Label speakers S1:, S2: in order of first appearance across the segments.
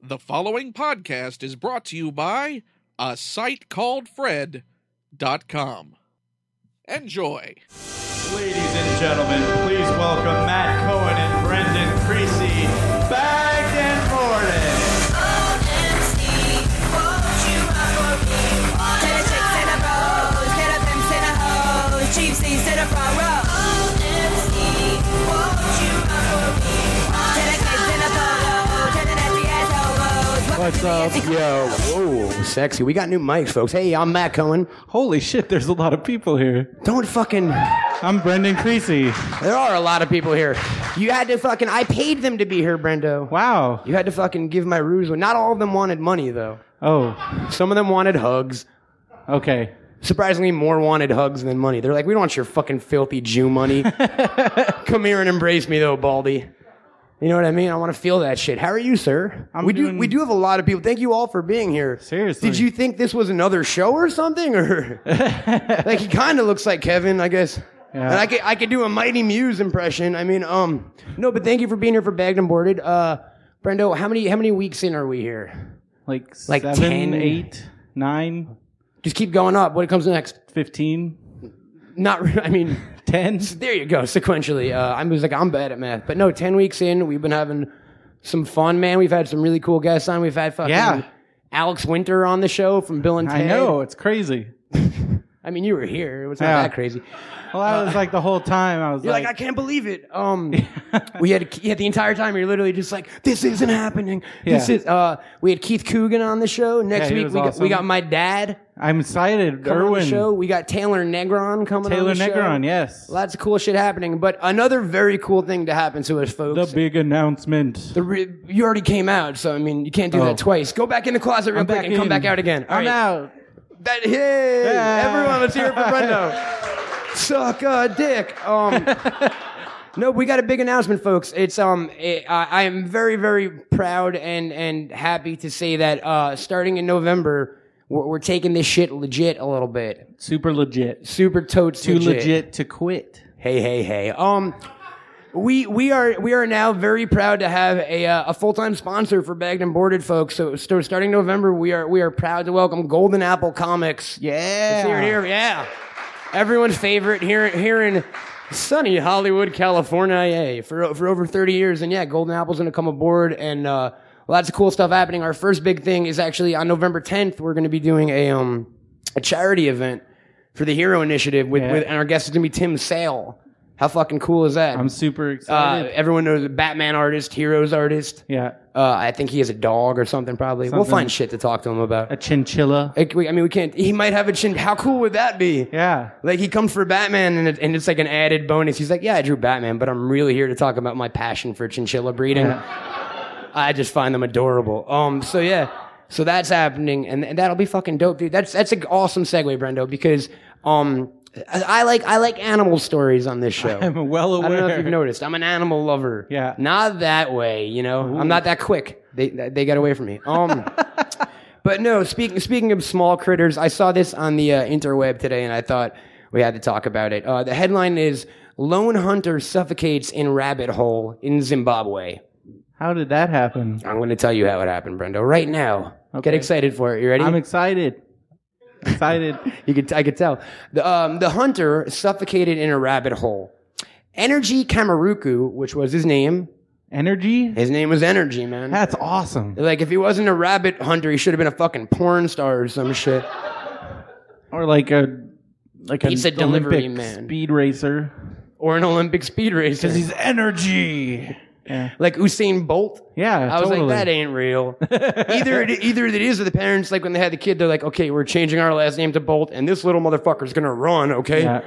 S1: The following podcast is brought to you by a site called Fred.com. Enjoy.
S2: Ladies and gentlemen, please welcome Matt Cohen and Brendan Creasy back and Morden.
S3: What's up? Yo, whoa, sexy. We got new mics, folks. Hey, I'm Matt Cohen.
S4: Holy shit, there's a lot of people here.
S3: Don't fucking.
S4: I'm Brendan Creasy.
S3: There are a lot of people here. You had to fucking. I paid them to be here, Brendo.
S4: Wow.
S3: You had to fucking give my ruse. Not all of them wanted money, though.
S4: Oh,
S3: Some of them wanted hugs.
S4: okay.
S3: Surprisingly, more wanted hugs than money. They're like, we don't want your fucking filthy Jew money. Come here and embrace me, though, Baldy. You know what I mean? I want to feel that shit. How are you, sir?
S4: I'm
S3: we do.
S4: doing-
S3: We do have a lot of people. Thank you all for being here.
S4: Seriously.
S3: Did you think this was another show or something? Or like he kind of looks like Kevin, I guess.
S4: Yeah.
S3: And I could I could do a Mighty Muse impression. I mean, um, no, but thank you for being here for Bagged and Boarded. Uh, Brendo, how many how many weeks in are we here?
S4: Like,
S3: Like
S4: seven,
S3: 10?
S4: eight, nine,
S3: Just keep going up. What comes next?
S4: 15,
S3: Not. re- I mean,
S4: 10?
S3: there you go. Sequentially, uh, I was like, I'm bad at math, but no, ten weeks in, we've been having some fun, man. We've had some really cool guests on. We've had fucking
S4: Yeah.
S3: Alex Winter on the show from Bill and Ted.
S4: I know, it's crazy.
S3: I mean, you were here. It was not
S4: Yeah.
S3: that crazy.
S4: Well, I was like the whole time, I was
S3: You're
S4: like,
S3: like, I can't believe it. Um, we had yeah, the entire time you're literally just like, this isn't happening. This
S4: Yeah.
S3: is. Uh, we had Keith Coogan on the show. Next
S4: he
S3: week
S4: was
S3: we got, we
S4: awesome.
S3: got my dad
S4: I'm excited.
S3: coming on the
S4: Irwin,
S3: show. We got Taylor Negron coming
S4: Taylor
S3: on the show.
S4: Negron, yes.
S3: Lots of cool shit happening. But another very cool thing to happen to us, folks.
S4: The big announcement.
S3: The re- you already came out, so I mean, you can't do
S4: Oh.
S3: that twice. Go back in the closet real
S4: I'm
S3: quick
S4: back
S3: and come
S4: in.
S3: back out again. All
S4: I'm
S3: right.
S4: out.
S3: That, hey,
S4: Yeah.
S3: everyone, let's hear it for Brendo. Suck a dick. Um, no, we got a big announcement, folks. It's um, it, I, I am very, very proud and and happy to say that uh, starting in November, we're, we're taking this shit legit a little bit.
S4: Super legit.
S3: Super totes
S4: Too legit to quit.
S3: Hey, hey, hey. Um, we we are we are now very proud to have a uh, a full time sponsor for Bagged and Boarded, folks. So, so starting November, we are we are proud to welcome Golden Apple Comics.
S4: Yeah.
S3: Here, here, yeah. Everyone's favorite here, here in sunny Hollywood, California, yeah, for for over 30 years. And yeah, Golden Apple's gonna come aboard, and uh, lots of cool stuff happening. Our first big thing is actually on November 10th. We're gonna be doing a um a charity event for the Hero Initiative with,
S4: Yeah.
S3: with and our guest is gonna be Tim Sale. How fucking cool is that?
S4: I'm super
S3: uh,
S4: excited.
S3: everyone knows a Batman artist, Heroes artist.
S4: yeah.
S3: Uh, I think he has a dog or something. Probably we'll
S4: Something.
S3: find shit to talk to him about.
S4: A chinchilla.
S3: Like, we- I mean, we can't. He might have a chin. How cool would that be?
S4: yeah.
S3: Like he comes for Batman and, it, and it's like an added bonus. He's like, yeah, I drew Batman, but I'm really here to talk about my passion for chinchilla breeding. I just find them adorable. Um, so yeah, so that's happening, and, and that'll be fucking dope, dude. That's that's an awesome segue, Brendo, because um, I, I like I like animal stories on this show.
S4: I'm well
S3: I
S4: aware.
S3: don't know if you've noticed. I'm an animal lover.
S4: Yeah.
S3: Not that way, you know. I'm not that quick. They they got away from me. Um. but no. Speaking speaking of small critters, I saw this on the uh, interweb today, and I thought we had to talk about it. Uh, the headline is "Lone Hunter Suffocates in Rabbit Hole in Zimbabwe."
S4: How did that happen?
S3: I'm going to tell you how it happened, Brendo. Right now. Get
S4: Okay.
S3: excited for it. You ready?
S4: I'm excited. Excited.
S3: You could, I could tell. The, um, the hunter suffocated in a rabbit hole. Energy Kamaruku, which was his name,
S4: Energy?
S3: His name was Energy, man.
S4: That's awesome.
S3: Like, if he wasn't a rabbit hunter, he should have been a fucking porn star or some shit.
S4: Or like a like
S3: He's
S4: a
S3: a delivery
S4: Olympic
S3: man.
S4: speed racer.
S3: Or an Olympic speed racer.
S4: Because he's energy. Yeah.
S3: like Usain Bolt.
S4: Yeah.
S3: I was
S4: totally.
S3: like, that ain't real. either, it, either it is, or the parents, like when they had the kid, they're like, okay, we're changing our last name to Bolt, and this little motherfucker's gonna run, okay?
S4: Yeah.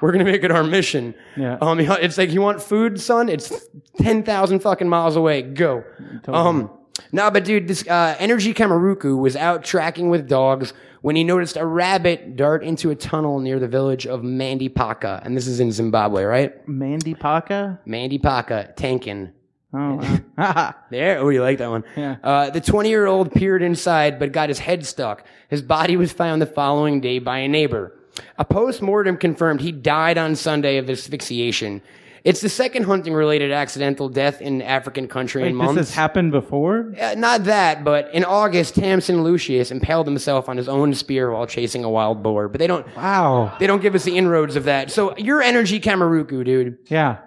S3: We're gonna make it our mission.
S4: Yeah.
S3: Um, it's like you want food, son. It's ten thousand fucking miles away. Go. Um, nah, but dude, this uh, Energy Kamaruku was out tracking with dogs when he noticed a rabbit dart into a tunnel near the village of Mandipaka, and this is in Zimbabwe, right?
S4: Mandy Paka?
S3: Mandipaka, Tankin.
S4: Oh. wow.
S3: There, oh, you like that one.
S4: Yeah.
S3: Uh, the 20 year old peered inside but got his head stuck. His body was found the following day by a neighbor. A post mortem confirmed he died on Sunday of asphyxiation. It's the second hunting related accidental death in African country
S4: Wait,
S3: in
S4: this
S3: months.
S4: has happened before?
S3: Uh, not that, but in August, Tamsin Lucius impaled himself on his own spear while chasing a wild boar. But they don't
S4: Wow.
S3: they don't give us the inroads of that. So your energy, Kamaruku, dude.
S4: Yeah.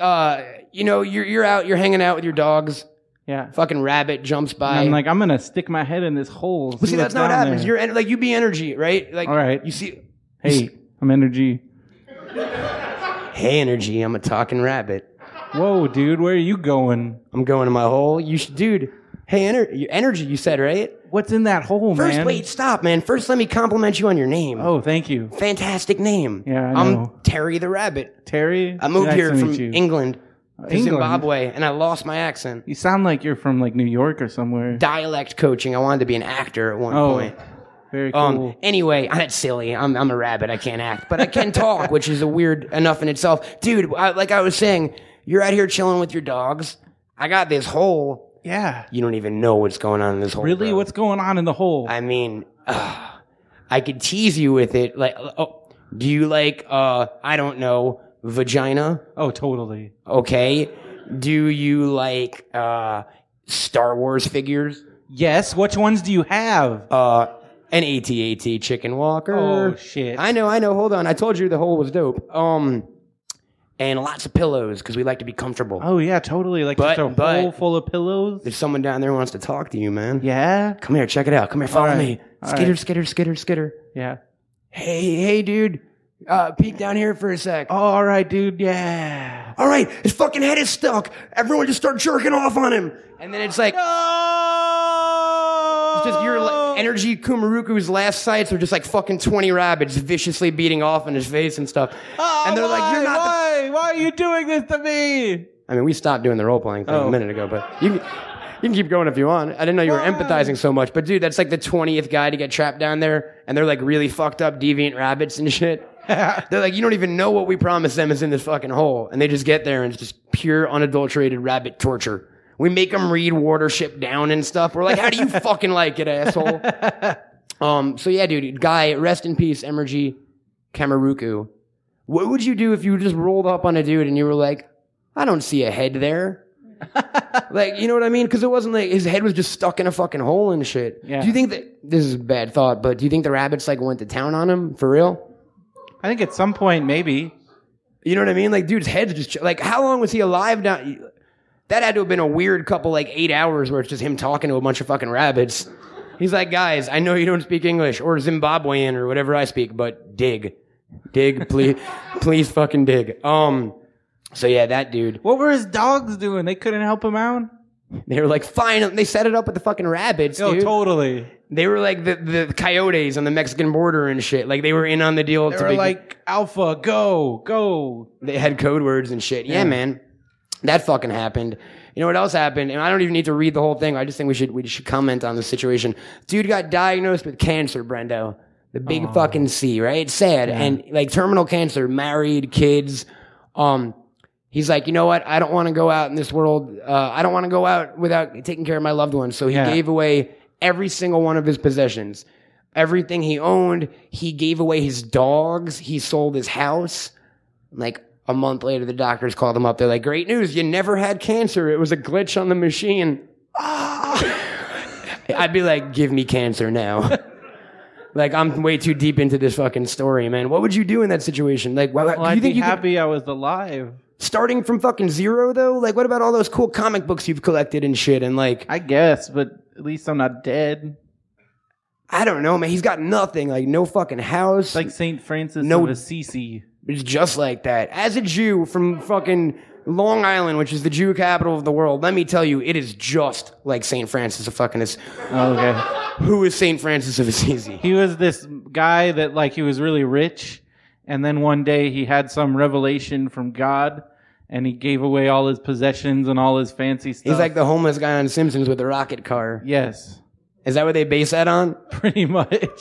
S3: Uh, you know, you're you're out, you're hanging out with your dogs.
S4: Yeah.
S3: Fucking rabbit jumps by.
S4: I'm like, I'm gonna stick my head in this hole.
S3: but see, that's
S4: what's
S3: not what
S4: down
S3: happens.
S4: there.
S3: You're en- like you be energy, right? Like,
S4: All right.
S3: You see,
S4: hey, I'm energy.
S3: hey, energy. I'm a talking rabbit.
S4: Whoa, dude, where are you going?
S3: I'm going to my hole. You should, dude. Hey, ener- energy. You said right.
S4: What's in that hole,
S3: First,
S4: man?
S3: wait, stop, man. First, let me compliment you on your name.
S4: Oh, thank you,
S3: fantastic name.
S4: Yeah, I
S3: am
S4: know.
S3: Terry the Rabbit.
S4: Terry.
S3: I moved
S4: nice
S3: here
S4: to
S3: from
S4: meet you.
S3: England to
S4: England?
S3: Zimbabwe, and I lost my accent.
S4: You sound like you're from like New York or somewhere.
S3: Dialect coaching. I wanted to be an actor at one
S4: Oh,
S3: point.
S4: very cool.
S3: Um. Anyway, I'm not silly. I'm I'm a rabbit. I can't act, but I can talk, which is a weird enough in itself, dude. I, like I was saying, you're out here chilling with your dogs. I got this hole.
S4: yeah.
S3: You don't even know what's going on in this hole.
S4: Really,
S3: bro.
S4: what's going on in the hole?
S3: I mean, I could tease you with it. Like, oh, do you like, uh, I don't know, vagina?
S4: oh, totally.
S3: Okay. Do you like, uh, Star Wars figures?
S4: Yes. Which ones do you have?
S3: Uh, an ATAT chicken walker.
S4: Oh, shit.
S3: I know, I know. Hold on. I told you the hole was dope. Um, and lots of pillows because we like to be comfortable.
S4: Oh yeah, totally. Like
S3: But-
S4: just a
S3: but-
S4: hole full of pillows.
S3: If someone down there wants to talk to you, man.
S4: Yeah.
S3: Come here, check it out. Come here, follow
S4: right.
S3: me.
S4: All
S3: Skitter,
S4: right.
S3: skitter, skitter, skitter.
S4: Yeah.
S3: Hey, hey, dude. Uh, peek down here for a sec.
S4: Oh, all right, dude. Yeah.
S3: all right, his fucking head is stuck. Everyone just start jerking off on him. And then it's like, it's just your like, energy Kumaruku's last sights were just like fucking 20 rabbits viciously beating off in his face and stuff.
S4: Oh
S3: and they're like, you're not the
S4: Why? Why are you doing this to me?
S3: I mean, we stopped doing the role playing thing a
S4: Oh.
S3: minute ago, but you can, you can keep going if you want. I didn't know you were empathizing so much, but dude, that's like the twentieth guy to get trapped down there, and they're like really fucked up deviant rabbits and shit. they're like, you don't even know what we promised them is in this fucking hole, and they just get there and it's just pure unadulterated rabbit torture. We make them read Watership Down and stuff. We're like, how do you fucking like it, asshole? um, so yeah, dude, guy, rest in peace, Emergy Kamaruku. What would you do if you just rolled up on a dude and you were like, I don't see a head there. like, you know what I mean? Because it wasn't like his head was just stuck in a fucking hole and shit.
S4: Yeah.
S3: Do you think that this is a bad thought, but do you think the rabbits like went to town on him for real?
S4: I think at some point maybe.
S3: You know what I mean? Like, dude's head's just like, how long was he alive down? That had to have been a weird couple, like eight hours, where it's just him talking to a bunch of fucking rabbits. He's like, guys, I know you don't speak English or Zimbabwean or whatever I speak, but dig, dig, please, please, fucking dig. Um, so yeah, that dude.
S4: What were his dogs doing? They couldn't help him out.
S3: They were like, fine. They set it up with the fucking rabbits,
S4: No,
S3: dude.
S4: totally.
S3: they were like the, the coyotes on the Mexican border and shit. Like they were in on the deal.
S4: They
S3: to
S4: were
S3: be-
S4: like alpha, go, go.
S3: they had code words and shit. Yeah, man, that fucking happened. You know what else happened? And I don't even need to read the whole thing. I just think we should we should comment on the situation. Dude got diagnosed with cancer, Brendo. The big fucking C, right? It's sad and like terminal cancer. Married, kids. Um, he's like, you know what? I don't want to go out in this world. Uh, I don't want to go out without taking care of my loved ones. So he
S4: Yeah.
S3: gave away every single one of his possessions, everything he owned. He gave away his dogs. He sold his house. Like a month later, the doctors called him up. They're like, great news. You never had cancer. It was a glitch on the machine.
S4: Ah.
S3: I'd be like, give me cancer now. like, I'm way too deep into this fucking story, man. What would you do in that situation? Like, why,
S4: Well,
S3: do you
S4: I'd
S3: think
S4: be
S3: you could-
S4: happy I was alive.
S3: starting from fucking zero though? Like, what about all those cool comic books you've collected and shit? And like,
S4: I guess, but at least I'm not dead.
S3: I don't know, man. He's got nothing. Like, no fucking house.
S4: It's like Saint Francis
S3: No-
S4: of Assisi.
S3: it's just like that. As a Jew from fucking Long Island, which is the Jew capital of the world, let me tell you, it is just like Saint Francis of fucking. Ass-
S4: Oh, okay.
S3: Who is Saint Francis of Assisi?
S4: He was this guy that like he was really rich, and then one day he had some revelation from God, and he gave away all his possessions and all his fancy stuff.
S3: He's like the homeless guy on Simpsons with the rocket car.
S4: yes,
S3: Is that what they base that on?
S4: pretty much.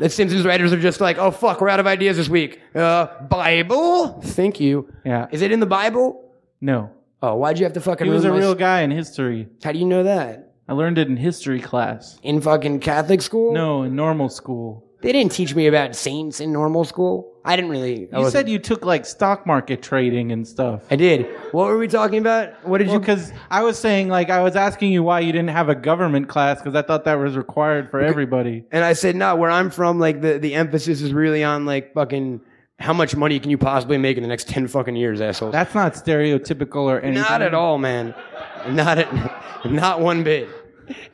S3: The Simpsons writers are just like, oh fuck, we're out of ideas this week. Uh, Bible? Thank you.
S4: Yeah.
S3: Is it in the Bible?
S4: No,
S3: Oh, why'd you have to fucking
S4: he was a
S3: ruin my-
S4: real guy in history.
S3: How do you know that?
S4: I learned it in history class.
S3: In fucking Catholic school?
S4: No, in normal school.
S3: They didn't teach me about saints in normal school. I didn't really. I
S4: You
S3: wasn't-
S4: said you took like stock market trading and stuff.
S3: I did. What were we talking about? What did you?
S4: Because I was saying, like, I was asking you why you didn't have a government class because I thought that was required for everybody.
S3: And I said, no, where I'm from, like the, the emphasis is really on like fucking how much money can you possibly make in the next ten fucking years, asshole.
S4: That's not stereotypical or anything.
S3: Not at all, man. Not at, not one bit.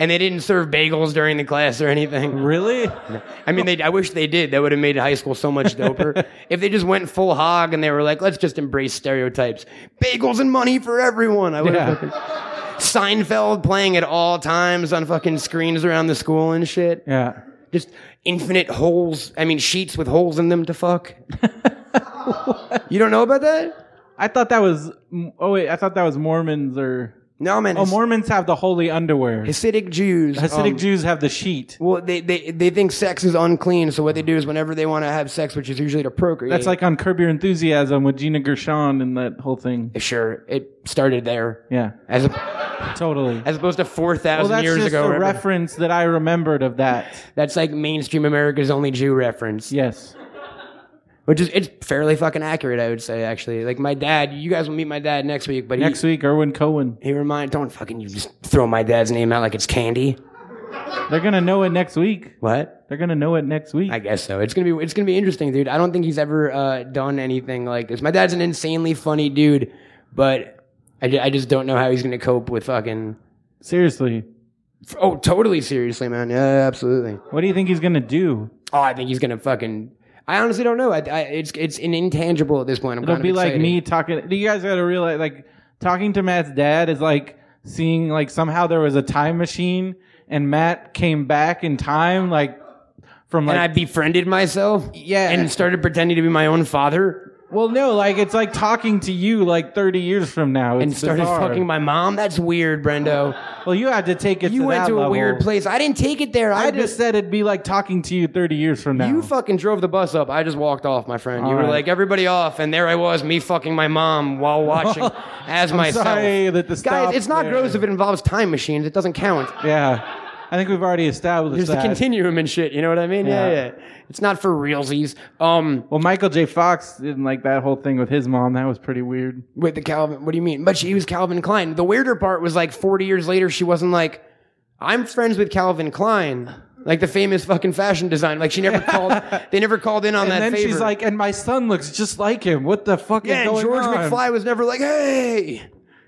S3: And they didn't serve bagels during the class or anything.
S4: Really?
S3: I mean, they, I wish they did. That would have made high school so much doper. if they just went full hog and they were like, let's just embrace stereotypes. Bagels and money for everyone. I would
S4: Yeah.
S3: have fucking Seinfeld playing at all times on fucking screens around the school and shit.
S4: Yeah.
S3: Just infinite holes. I mean, sheets with holes in them to fuck. you don't know about that?
S4: I thought that was. Oh wait, I thought that was Mormons or.
S3: No, man.
S4: Oh,
S3: Has-
S4: Mormons have the holy underwear.
S3: Hasidic Jews.
S4: Hasidic
S3: um,
S4: Jews have the sheet.
S3: Well, they, they, they think sex is unclean, so what they do is whenever they want to have sex, which is usually to procreate.
S4: That's like on Curb Your Enthusiasm with Gina Gershon and that whole thing.
S3: Sure, it started there.
S4: Yeah,
S3: As, a,
S4: totally.
S3: as opposed to 4,000
S4: Well, that's
S3: years
S4: just
S3: ago.
S4: a
S3: remember?
S4: reference that I remembered of that.
S3: That's like mainstream America's only Jew reference.
S4: Yes.
S3: Which is, it's fairly fucking accurate, I would say, actually. Like my dad, you guys will meet my dad next week, but
S4: Next
S3: he,
S4: week, Erwin Cohen.
S3: he reminded, don't fucking you just throw my dad's name out like it's candy.
S4: They're gonna know it next week.
S3: What?
S4: They're gonna know it next week.
S3: I guess so. It's gonna be it's gonna be interesting, dude. I don't think he's ever uh, done anything like this. My dad's an insanely funny dude, but I, ju- I just don't know how he's gonna cope with fucking.
S4: Seriously,
S3: Oh, totally seriously, man. Yeah, absolutely.
S4: what do you think he's gonna do?
S3: Oh, I think he's gonna fucking. I honestly don't know. I, I, it's it's an intangible at this point. I'm
S4: It'll
S3: kind
S4: be
S3: of
S4: like
S3: excited.
S4: me talking. You guys gotta realize, like, talking to Matt's dad is like seeing, like, somehow there was a time machine and Matt came back in time, like, from like
S3: and I befriended myself.
S4: Yeah.
S3: and started pretending to be my own father,
S4: Well, no, like it's like talking to you like 30 years from now. It's
S3: and started
S4: bizarre.
S3: fucking my mom. That's weird, Brendo.
S4: Well, you had to take it.
S3: You
S4: to
S3: went
S4: that
S3: to a
S4: level.
S3: weird place. I didn't take it there.
S4: I
S3: I'd been-
S4: just said it'd be like talking to you 30 years from now.
S3: You fucking drove the bus up. I just walked off, my friend. you
S4: All
S3: were
S4: right.
S3: like everybody off, and there I was, me fucking my mom while watching as myself.
S4: sorry that the stop
S3: guys, it's not
S4: there-
S3: gross if it involves time machines. It doesn't count.
S4: yeah, I think we've already established
S3: There's the
S4: that.
S3: continuum and shit. You know what I mean? Yeah,
S4: Yeah.
S3: yeah. It's not for realsies. Um,
S4: well, Michael J. Fox didn't like that whole thing with his mom. That was pretty weird.
S3: with the Calvin. What do you mean? But she was Calvin Klein. The weirder part was like 40 years later, she wasn't like, I'm friends with Calvin Klein. Like the famous fucking fashion design. Like she never called. They never called in on
S4: And
S3: that.
S4: then she's
S3: favor.
S4: like, "And my son looks just like him. What the fuck
S3: Yeah,
S4: is
S3: and
S4: going
S3: George
S4: on?"
S3: McFly was never like, hey.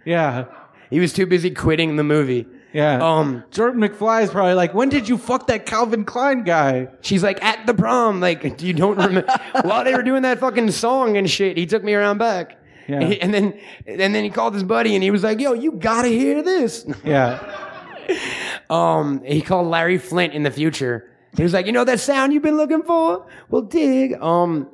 S4: Yeah,
S3: He was too busy quitting the movie.
S4: yeah.
S3: Um,
S4: George McFly is probably like, "When did you fuck that Calvin Klein guy?"
S3: she's like at the prom, like you don't remember while they were doing that fucking song and shit. He took me around back,
S4: Yeah.
S3: and, he- and then and then he called his buddy and he was like, "Yo, you gotta hear this."
S4: Yeah,
S3: Um, he called Larry Flint in the future. He was like, "You know that sound you've been looking for? Well, dig." Um,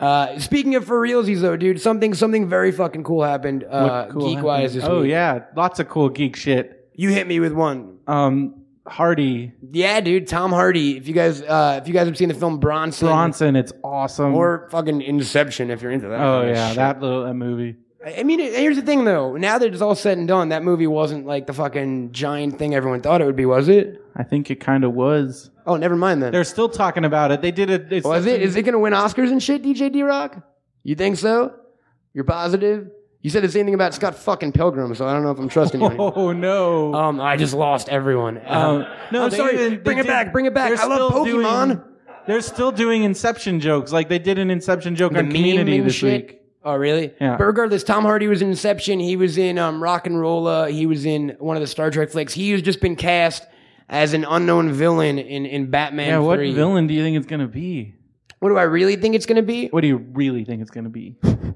S3: uh, speaking of for realsies though, dude, something something very fucking cool happened. Uh,
S4: What cool
S3: geek wise
S4: happened?
S3: this
S4: Oh
S3: week.
S4: yeah, lots of cool geek shit.
S3: you hit me with one.
S4: um, Hardy
S3: Yeah, dude, Tom Hardy. If you guys uh, if you guys have seen the film Bronson,
S4: Bronson. It's awesome.
S3: or fucking Inception if you're into that.
S4: oh
S3: kind of
S4: yeah,
S3: shit.
S4: that little that movie.
S3: I mean, here's the thing though. Now that it's all said and done, that movie wasn't like the fucking giant thing everyone thought it would be, was it?
S4: I think it kind of was.
S3: Oh, never mind then.
S4: They're still talking about it. They did it. It's
S3: was
S4: such
S3: it?
S4: an-
S3: Is it gonna win Oscars and shit? DJ D Rock? You think so? You're positive? You said the same thing about Scott fucking Pilgrim, so I don't know if I'm trusting you. anymore.
S4: Oh no.
S3: Um, I just lost everyone.
S4: Um,
S3: Uh,
S4: no,
S3: I'm
S4: they
S3: sorry.
S4: even- they
S3: bring it
S4: did-
S3: back. Bring it back.
S4: they're
S3: I love
S4: still
S3: Pokemon.
S4: doing- they're still doing Inception jokes. Like they did an Inception joke
S3: the
S4: on Community
S3: meme and
S4: this
S3: shit.
S4: week.
S3: Oh, really?
S4: Yeah.
S3: But regardless, Tom Hardy was in Inception. He was in um, Rock and Rolla. He was in one of the Star Trek flicks. He has just been cast as an unknown villain in, in Batman
S4: Yeah, what
S3: 3.
S4: villain do you think it's gonna be?
S3: What do I really think it's going to be?
S4: What do you really think it's gonna be?
S3: I'm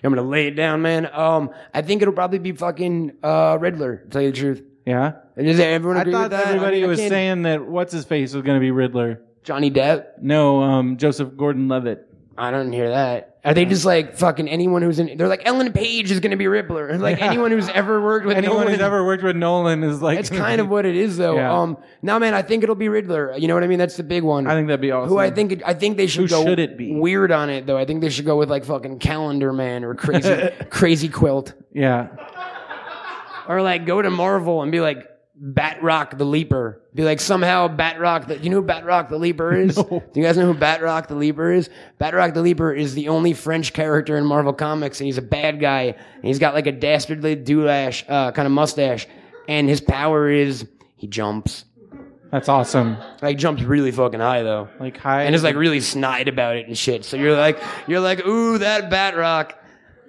S3: going to lay it down, man. Um, I think it'll probably be fucking uh, Riddler, to tell you the truth.
S4: Yeah,
S3: And Does everyone
S4: I
S3: agree with
S4: thought
S3: that? I
S4: everybody
S3: mean, I
S4: was
S3: can't-
S4: saying that what's his face was gonna be Riddler.
S3: Johnny Depp.
S4: No, um, Joseph Gordon-Levitt.
S3: I don't hear that. Are they just like fucking anyone who's in? They're like Ellen Page is going to be Riddler. And like anyone who's ever worked with
S4: Anyone
S3: Nolan-
S4: who's ever worked with Nolan is like
S3: That's kind of what it is, though.
S4: Yeah.
S3: Um, now, man, I think it'll be Riddler. You know what I mean? That's the big one.
S4: I think that'd be awesome.
S3: Who I think it, I think they should
S4: Who
S3: go
S4: should it be?
S3: weird on it though. I think they should go with like fucking Calendar Man or crazy crazy quilt
S4: Yeah.
S3: or like go to Marvel and be like Batrock the Leaper. Be like somehow Batrock the you know who Batrock the Leaper is? Do you guys know who Batrock the Leaper is? Batrock the Leaper is the only French character in Marvel Comics and he's a bad guy and he's got like a dastardly doulash uh, kind of mustache and his power is he jumps.
S4: That's awesome.
S3: Like jumps really fucking high though.
S4: Like high.
S3: And is like really snide about it and shit. So you're like you're like, ooh, that Batrock.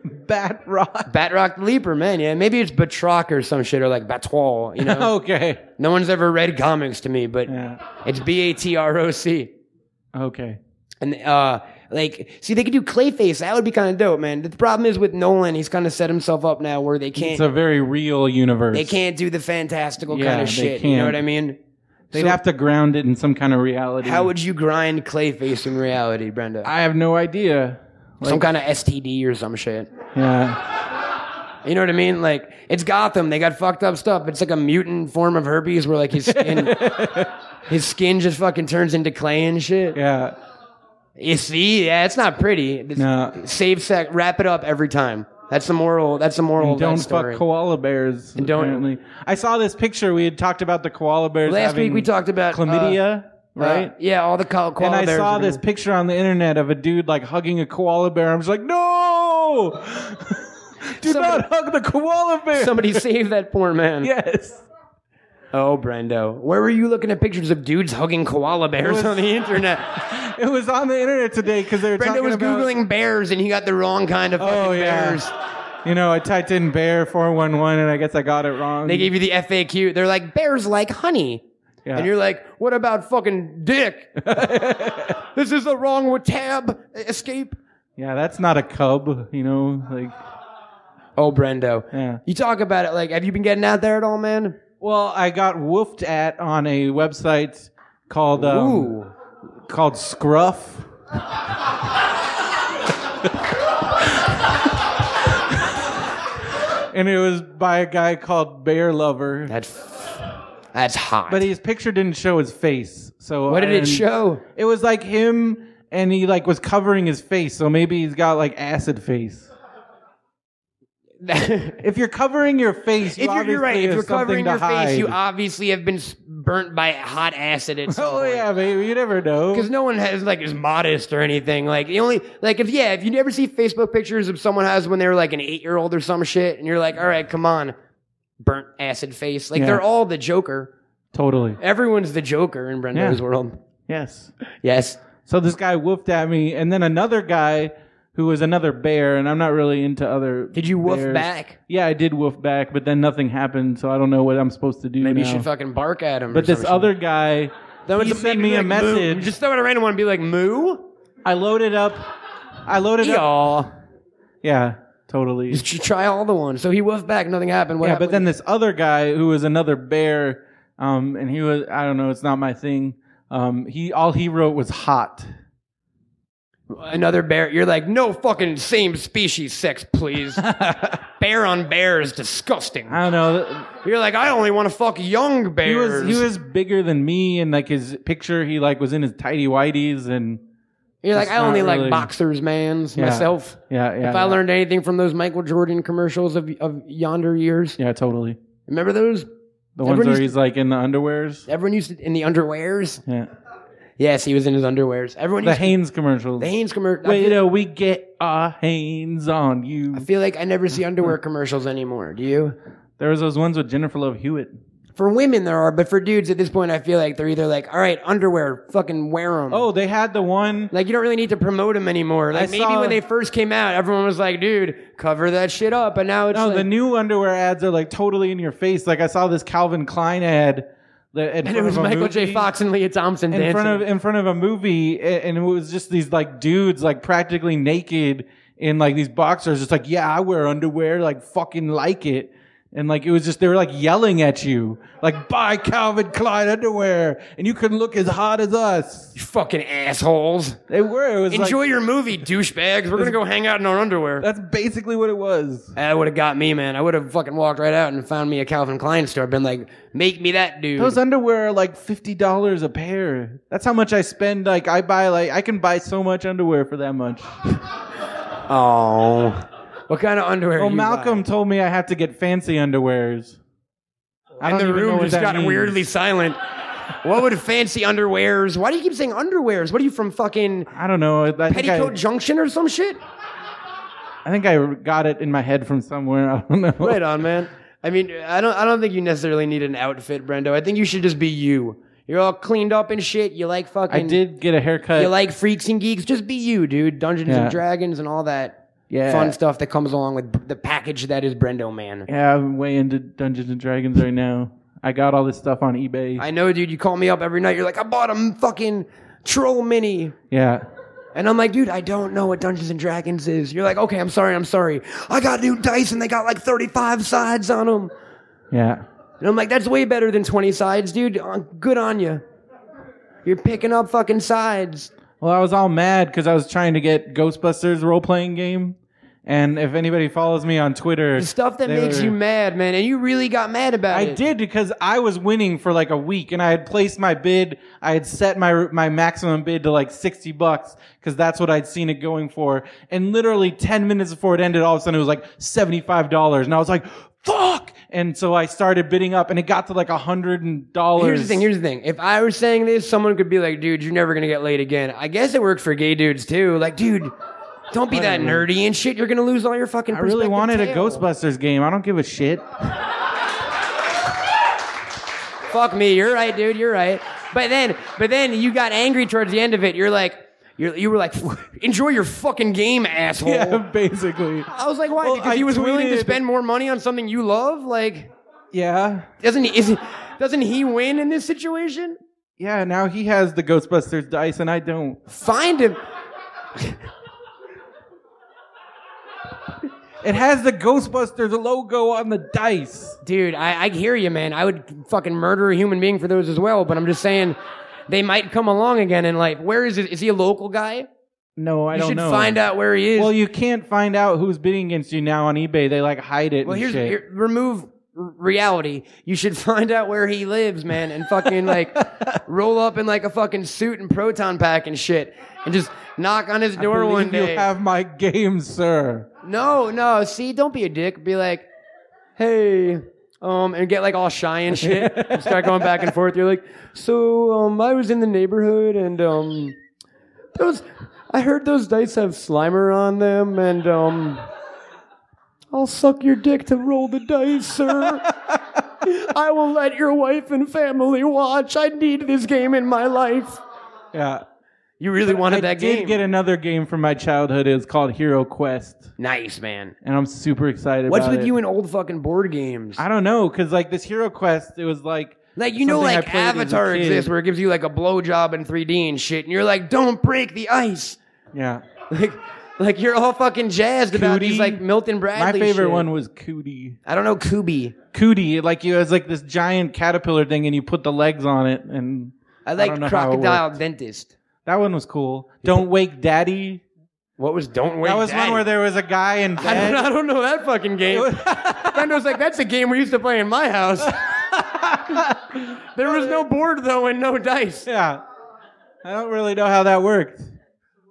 S4: bat rock.
S3: Batrock the Leaper, man, yeah. Maybe it's Batrock or some shit or like Batwall, you know.
S4: Okay.
S3: No one's ever read comics to me, but
S4: Yeah.
S3: it's B A T R O C.
S4: Okay.
S3: And uh like see they could do Clayface, that would be kind of dope, man. The problem is with Nolan, he's kind of set himself up now where they
S4: It's
S3: can't
S4: a very real universe.
S3: they can't do the fantastical
S4: Yeah,
S3: kind
S4: they
S3: of shit, you know
S4: can't.
S3: what I mean?
S4: They'd
S3: So-
S4: have to ground it in some kind of reality.
S3: How would you grind Clayface in reality, Brenda?
S4: I have no idea.
S3: some kind of STD or some shit.
S4: Yeah.
S3: You know what I mean? Like it's Gotham. They got fucked up stuff. It's like a mutant form of herpes where like his skin, his skin just fucking turns into clay and shit.
S4: Yeah.
S3: You see, yeah, it's not pretty. It's-
S4: No.
S3: Save sex. Wrap it up every time. That's the moral. That's the moral.
S4: And
S3: of that
S4: don't
S3: story.
S4: fuck koala bears.
S3: don't-
S4: apparently, I saw this picture. We had talked about the koala bears.
S3: Last week
S4: having
S3: we talked about uh,
S4: chlamydia,
S3: uh,
S4: right?
S3: yeah, all the col-
S4: and
S3: koala
S4: I
S3: bears
S4: saw
S3: are gonna-
S4: this picture on the internet of a dude like hugging a koala bear. I'm just like, no, do
S3: Somebody-
S4: not hug the koala bear.
S3: Somebody save that poor man.
S4: yes,
S3: Oh, Brendo, where were you looking at pictures of dudes hugging koala bears
S4: was-
S3: on the internet?
S4: it was on the internet today because they were
S3: Brendo
S4: talking
S3: was
S4: about-
S3: googling bears and he got the wrong kind of fucking
S4: Oh yeah,
S3: bears.
S4: you know, I typed in bear four one one, and I guess I got it wrong.
S3: They gave you the FAQ. They're like, bears like honey.
S4: Yeah.
S3: And you're like, what about fucking dick? this is the wrong with tab. Escape.
S4: yeah, that's not a cub, you know, like
S3: Oh, Brendo.
S4: yeah.
S3: You talk about it like, have you been getting out there at all, man?
S4: Well, I got woofed at on a website called um,
S3: Ooh.
S4: called Scruff. and it was by a guy called Bear Lover.
S3: That's that's hot.
S4: But his picture didn't show his face. So
S3: what did
S4: I
S3: it
S4: didn't-
S3: show?
S4: It was like him and he like was covering his face, so maybe he's got like acid face.
S3: if
S4: If you're covering your face, you
S3: you're, you're right,
S4: obviously
S3: if
S4: have
S3: you're
S4: something
S3: covering
S4: to
S3: your face, you
S4: hide.
S3: obviously have been s- burnt by hot acid at some
S4: Oh
S3: point.
S4: yeah, baby, you never know.
S3: Because no one has like is modest or anything. Like the only like if yeah, if you never see Facebook pictures of someone has when they were like an eight year old or some shit, and you're like, all right, come on, burnt acid face. Like
S4: Yeah.
S3: they're all the Joker.
S4: Totally.
S3: Everyone's the Joker in Brenda's
S4: Yeah.
S3: world.
S4: Yes.
S3: Yes.
S4: So this guy whooped at me, and then another guy who was another bear, and I'm not really into other.
S3: Did you woof
S4: bears.
S3: back?
S4: Yeah, I did woof back, but then nothing happened, so I don't know what I'm supposed to do.
S3: Maybe
S4: now.
S3: you should fucking bark at him.
S4: But this other guy,
S3: that
S4: he sent me a message.
S3: Just throw it at random one and be like, moo?
S4: I loaded up. I loaded up.
S3: Y'all.
S4: Yeah, totally.
S3: Just try all the ones. So he woofed back, nothing happened. What
S4: yeah,
S3: happened?
S4: but then this other guy who was another bear, um, and he was I don't know, it's not my thing. Um, he all he wrote was hot.
S3: another bear, you're like, no fucking same species sex, please. bear on bear is disgusting.
S4: I don't know.
S3: You're like, I only want to fuck young
S4: He
S3: bears.
S4: was he was bigger than me, and like his picture, he like was in his tidy whities and.
S3: You're like,
S4: That's
S3: I only
S4: not really-
S3: like boxers, mans,
S4: Yeah.
S3: myself.
S4: Yeah, yeah.
S3: If
S4: yeah.
S3: I learned anything from those Michael Jordan commercials of, of yonder years,
S4: Yeah, totally.
S3: remember those?
S4: The ones
S3: Everyone
S4: where
S3: used-
S4: he's like in the underwears.
S3: Everyone used to, in the underwears.
S4: Yeah.
S3: Yes, he was in his underwears. Everyone
S4: The
S3: used
S4: Hanes commercials.
S3: to, the Hanes commercial. I,
S4: Wait
S3: feel-
S4: till we get our Hanes on
S3: I
S4: you.
S3: feel like I never see underwear commercials anymore. Do you?
S4: There was those ones with Jennifer Love Hewitt.
S3: For women, there are, but for dudes at this point, I feel like they're either like, all right, underwear, fucking wear them.
S4: Oh, they had the one.
S3: Like you don't really need to promote them anymore. Like
S4: I
S3: maybe
S4: saw-
S3: when they first came out, everyone was like, "Dude, cover that shit up," but now it's
S4: No,
S3: like,
S4: Oh, the new underwear ads are like totally in your face. Like I saw this Calvin Klein ad. That
S3: and
S4: in
S3: it
S4: front
S3: was
S4: of a
S3: Michael J.
S4: movie-
S3: Fox and Leah Thompson
S4: in
S3: dancing.
S4: front of in front of a movie, a- and it was just these like dudes like practically naked in like these boxers. Just like, yeah, I wear underwear, like fucking like it. And like it was just they were like yelling at you, like buy Calvin Klein underwear, and you can look as hot as us.
S3: you fucking assholes!
S4: They were. It was
S3: Enjoy
S4: like
S3: your movie, douchebags. We're gonna go hang out in our underwear.
S4: that's basically what it was.
S3: That would have got me, man. I would have fucking walked right out and found me a Calvin Klein store. Been like, "Make me that dude."
S4: Those underwear are like fifty dollars a pair. That's how much I spend. Like I buy like I can buy so much underwear for that much.
S3: oh, what kind of underwear?
S4: Well,
S3: you
S4: Oh, Malcolm told me I have to get fancy underwears.
S3: buy?
S4: I
S3: and
S4: don't
S3: the
S4: even know
S3: room
S4: what
S3: just
S4: that
S3: got
S4: means.
S3: weirdly silent. What would fancy underwears? Why do you keep saying underwears? What are you from fucking
S4: I don't know. I think
S3: Petticoat
S4: I,
S3: Junction or some shit?
S4: I think I got it in my head from somewhere. I don't know.
S3: Right on, man. I mean, I don't I don't think you necessarily need an outfit, Brendo. I think you should just be you. You're all cleaned up and shit. You like fucking
S4: I did get a haircut.
S3: You like freaks and geeks? Just be you, dude. Dungeons
S4: Yeah.
S3: and Dragons and all that
S4: yeah,
S3: fun stuff that comes along with the package that is Brendo Man.
S4: Yeah, I'm way into Dungeons and Dragons right now. I got all this stuff on eBay.
S3: I know, dude. You call me up every night. You're like, I bought a fucking troll mini.
S4: yeah.
S3: And I'm like, dude, I don't know what Dungeons and Dragons is. You're like, okay, I'm sorry, I'm sorry. I got new dice and they got like 35 sides on them.
S4: Yeah.
S3: And I'm like, that's way better than 20 sides, dude. Uh, Good on you. You're picking up fucking sides.
S4: Well, I was all mad because I was trying to get Ghostbusters role playing game. And if anybody follows me on Twitter,
S3: The stuff that
S4: they
S3: makes
S4: were-
S3: you mad, man. And you really got mad about
S4: I
S3: it.
S4: did because I was winning for like a week, and I had placed my bid. I had set my my maximum bid to like sixty bucks because that's what I'd seen it going for. And literally ten minutes before it ended, all of a sudden it was like seventy five dollars, and I was like, "Fuck!" And so I started bidding up, and it got to like a hundred dollars.
S3: Here's the thing. Here's the thing. If I were saying this, someone could be like, "Dude, you're never gonna get laid again." I guess it worked for gay dudes too. Like, dude, don't be that nerdy and shit. You're gonna lose all your fucking.
S4: I really
S3: perspective
S4: wanted a
S3: tail.
S4: Ghostbusters game. I don't give a shit.
S3: Fuck me. You're right, dude. You're right. But then, but then you got angry towards the end of it. You're like, you you were like, enjoy your fucking game, asshole.
S4: Yeah, basically.
S3: I was like, why?
S4: Well,
S3: because
S4: I
S3: he was willing to
S4: tweeted-
S3: spend more money on something you love. Like,
S4: Yeah.
S3: doesn't he? Is he, doesn't he win in this situation?
S4: Yeah, now he has the Ghostbusters dice and I don't.
S3: Find him.
S4: It has the Ghostbusters logo on the dice.
S3: Dude, I, I hear you, man. I would fucking murder a human being for those as well. But I'm just saying, they might come along again. And like, where is it? Is he a local guy?
S4: No, I
S3: You
S4: don't
S3: should
S4: know.
S3: find out where he is.
S4: Well, you can't find out who's bidding against you now on eBay. They like hide it
S3: Well,
S4: and
S3: here's
S4: shit.
S3: here, remove r- reality. You should find out where he lives, man, and fucking like roll up in like a fucking suit and proton pack and shit, and just knock on his
S4: I
S3: door one
S4: believe
S3: day.
S4: You have my game, sir.
S3: No, no. See, don't be a dick. Be like, hey, um, and get like all shy and shit. And start going back and forth. You're like, so, um, I was in the neighborhood and um, those, I heard those dice have Slimer on them, and um, I'll suck your dick to roll the dice, sir. I will let your wife and family watch. I need this game in my life.
S4: Yeah.
S3: You really wanted
S4: I
S3: that
S4: did
S3: game.
S4: get another game from my childhood. It was called Hero Quest,
S3: nice, man.
S4: and I'm super excited
S3: What's
S4: about
S3: with
S4: it.
S3: you and old fucking board games?
S4: I don't know, because like this Hero Quest, it was like
S3: Like you know,
S4: something I
S3: like
S4: played as a
S3: Avatar
S4: kid.
S3: exists, where it gives you like a blowjob in 3D and shit, and you're like, "Don't break the ice!"
S4: Yeah.
S3: Like, like you're all fucking jazzed about these
S4: Cootie.
S3: like Milton
S4: My
S3: Bradley.
S4: favorite
S3: shit.
S4: one was Cootie.
S3: I don't know, Kubi.
S4: Cootie, like you, it was like this giant caterpillar thing, and you put the legs on it, and
S3: I like
S4: don't know how it
S3: Crocodile Dentist.
S4: that one was cool. Don't wake daddy.
S3: What was Don't Wait?
S4: that was one
S3: Daddy?
S4: where there was a guy in
S3: I don't,
S4: bed.
S3: I don't know that fucking game. Brendo's like, that's a game we used to play in my house. there was no board though, and no dice.
S4: yeah, I don't really know how that worked.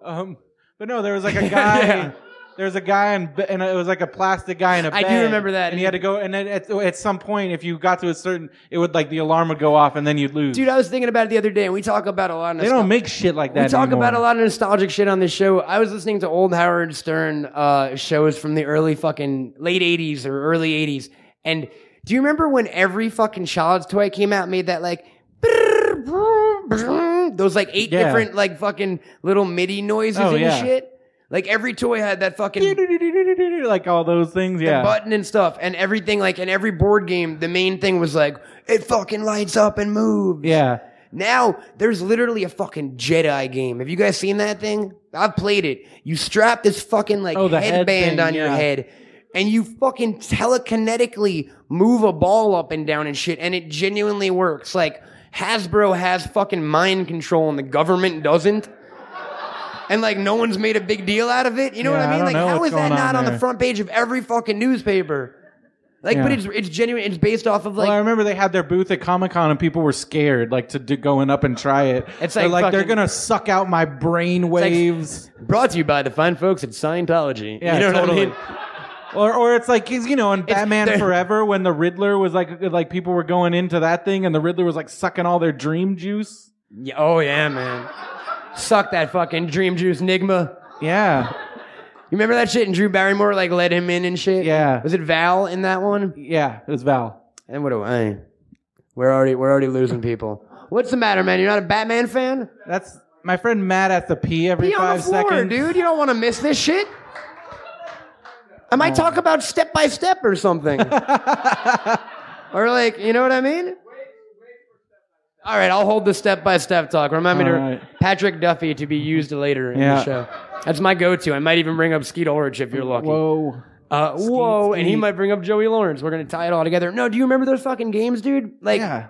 S4: Um, but no, there was like a guy.
S3: Yeah.
S4: There was a guy in, be- and it was like a plastic guy in a
S3: I
S4: bed.
S3: do remember that.
S4: And he had to go, and then at, at some point, if you got to a certain, it would like the alarm would go off, and then you'd lose.
S3: Dude, I was thinking about it the other day, and we talk about a lot. of
S4: they
S3: nostalgia.
S4: don't make shit like that.
S3: We talk
S4: anymore.
S3: about a lot of nostalgic shit on this show. I was listening to old Howard Stern uh, shows from the early fucking late '80s or early '80s, and do you remember when every fucking child's toy came out and made that like those like eight
S4: Yeah.
S3: different like fucking little MIDI noises
S4: Oh,
S3: and
S4: yeah.
S3: shit? Like every toy had that fucking
S4: like all those things. Yeah,
S3: button and stuff, and everything like in every board game, the main thing was like it fucking lights up and moves.
S4: yeah.
S3: Now there's literally a fucking Jedi game. Have you guys seen that thing? I've played it. You strap this fucking like
S4: Oh, the head
S3: headband
S4: thing,
S3: on your
S4: yeah.
S3: head and you fucking telekinetically move a ball up and down and shit and it genuinely works. Like Hasbro has fucking mind control and the government doesn't. And like no one's made a big deal out of it. You know
S4: Yeah,
S3: what I
S4: I
S3: mean?
S4: don't
S3: like
S4: know
S3: how
S4: what's
S3: is that
S4: going on
S3: not on the
S4: there.
S3: front page of every fucking newspaper? Like,
S4: Yeah.
S3: but it's it's genuine. It's based off of like
S4: well, I remember they had their booth at Comic Con and people were scared, like to do, going up and try it.
S3: It's
S4: They're
S3: like
S4: like they're
S3: fucking-
S4: gonna suck out my brain waves.
S3: Brought to you by the fine folks at Scientology.
S4: Yeah,
S3: you know
S4: totally.
S3: what I mean?
S4: Or, or it's like you know, in Batman
S3: they're-
S4: Forever when the Riddler was like, like people were going into that thing, and the Riddler was like sucking all their dream juice.
S3: Yeah, oh yeah, man. Suck that fucking dream juice, Nigma.
S4: Yeah,
S3: You remember that shit? And Drew Barrymore like let him in and shit.
S4: Yeah.
S3: Was it Val in that one?
S4: yeah, it was Val.
S3: And what do I? We're already we're already losing people. What's the matter, man? You're not a Batman fan?
S4: That's my friend Matt has to pee every
S3: Be on
S4: five
S3: the floor,
S4: seconds.
S3: dude. You don't want to miss this shit. I might talk about step by step or something. or like, you know what I mean? All right, I'll hold the step by step talk. Remind me
S4: All
S3: to
S4: right.
S3: Patrick Duffy to be used later in
S4: Yeah.
S3: the show. That's my go-to. I might even bring up Skeet Ulrich if you're lucky.
S4: Whoa.
S3: Uh, whoa, and he
S4: Skeet.
S3: might bring up Joey Lawrence. We're gonna tie it all together. No, do you remember those fucking games, dude? Like
S4: Yeah.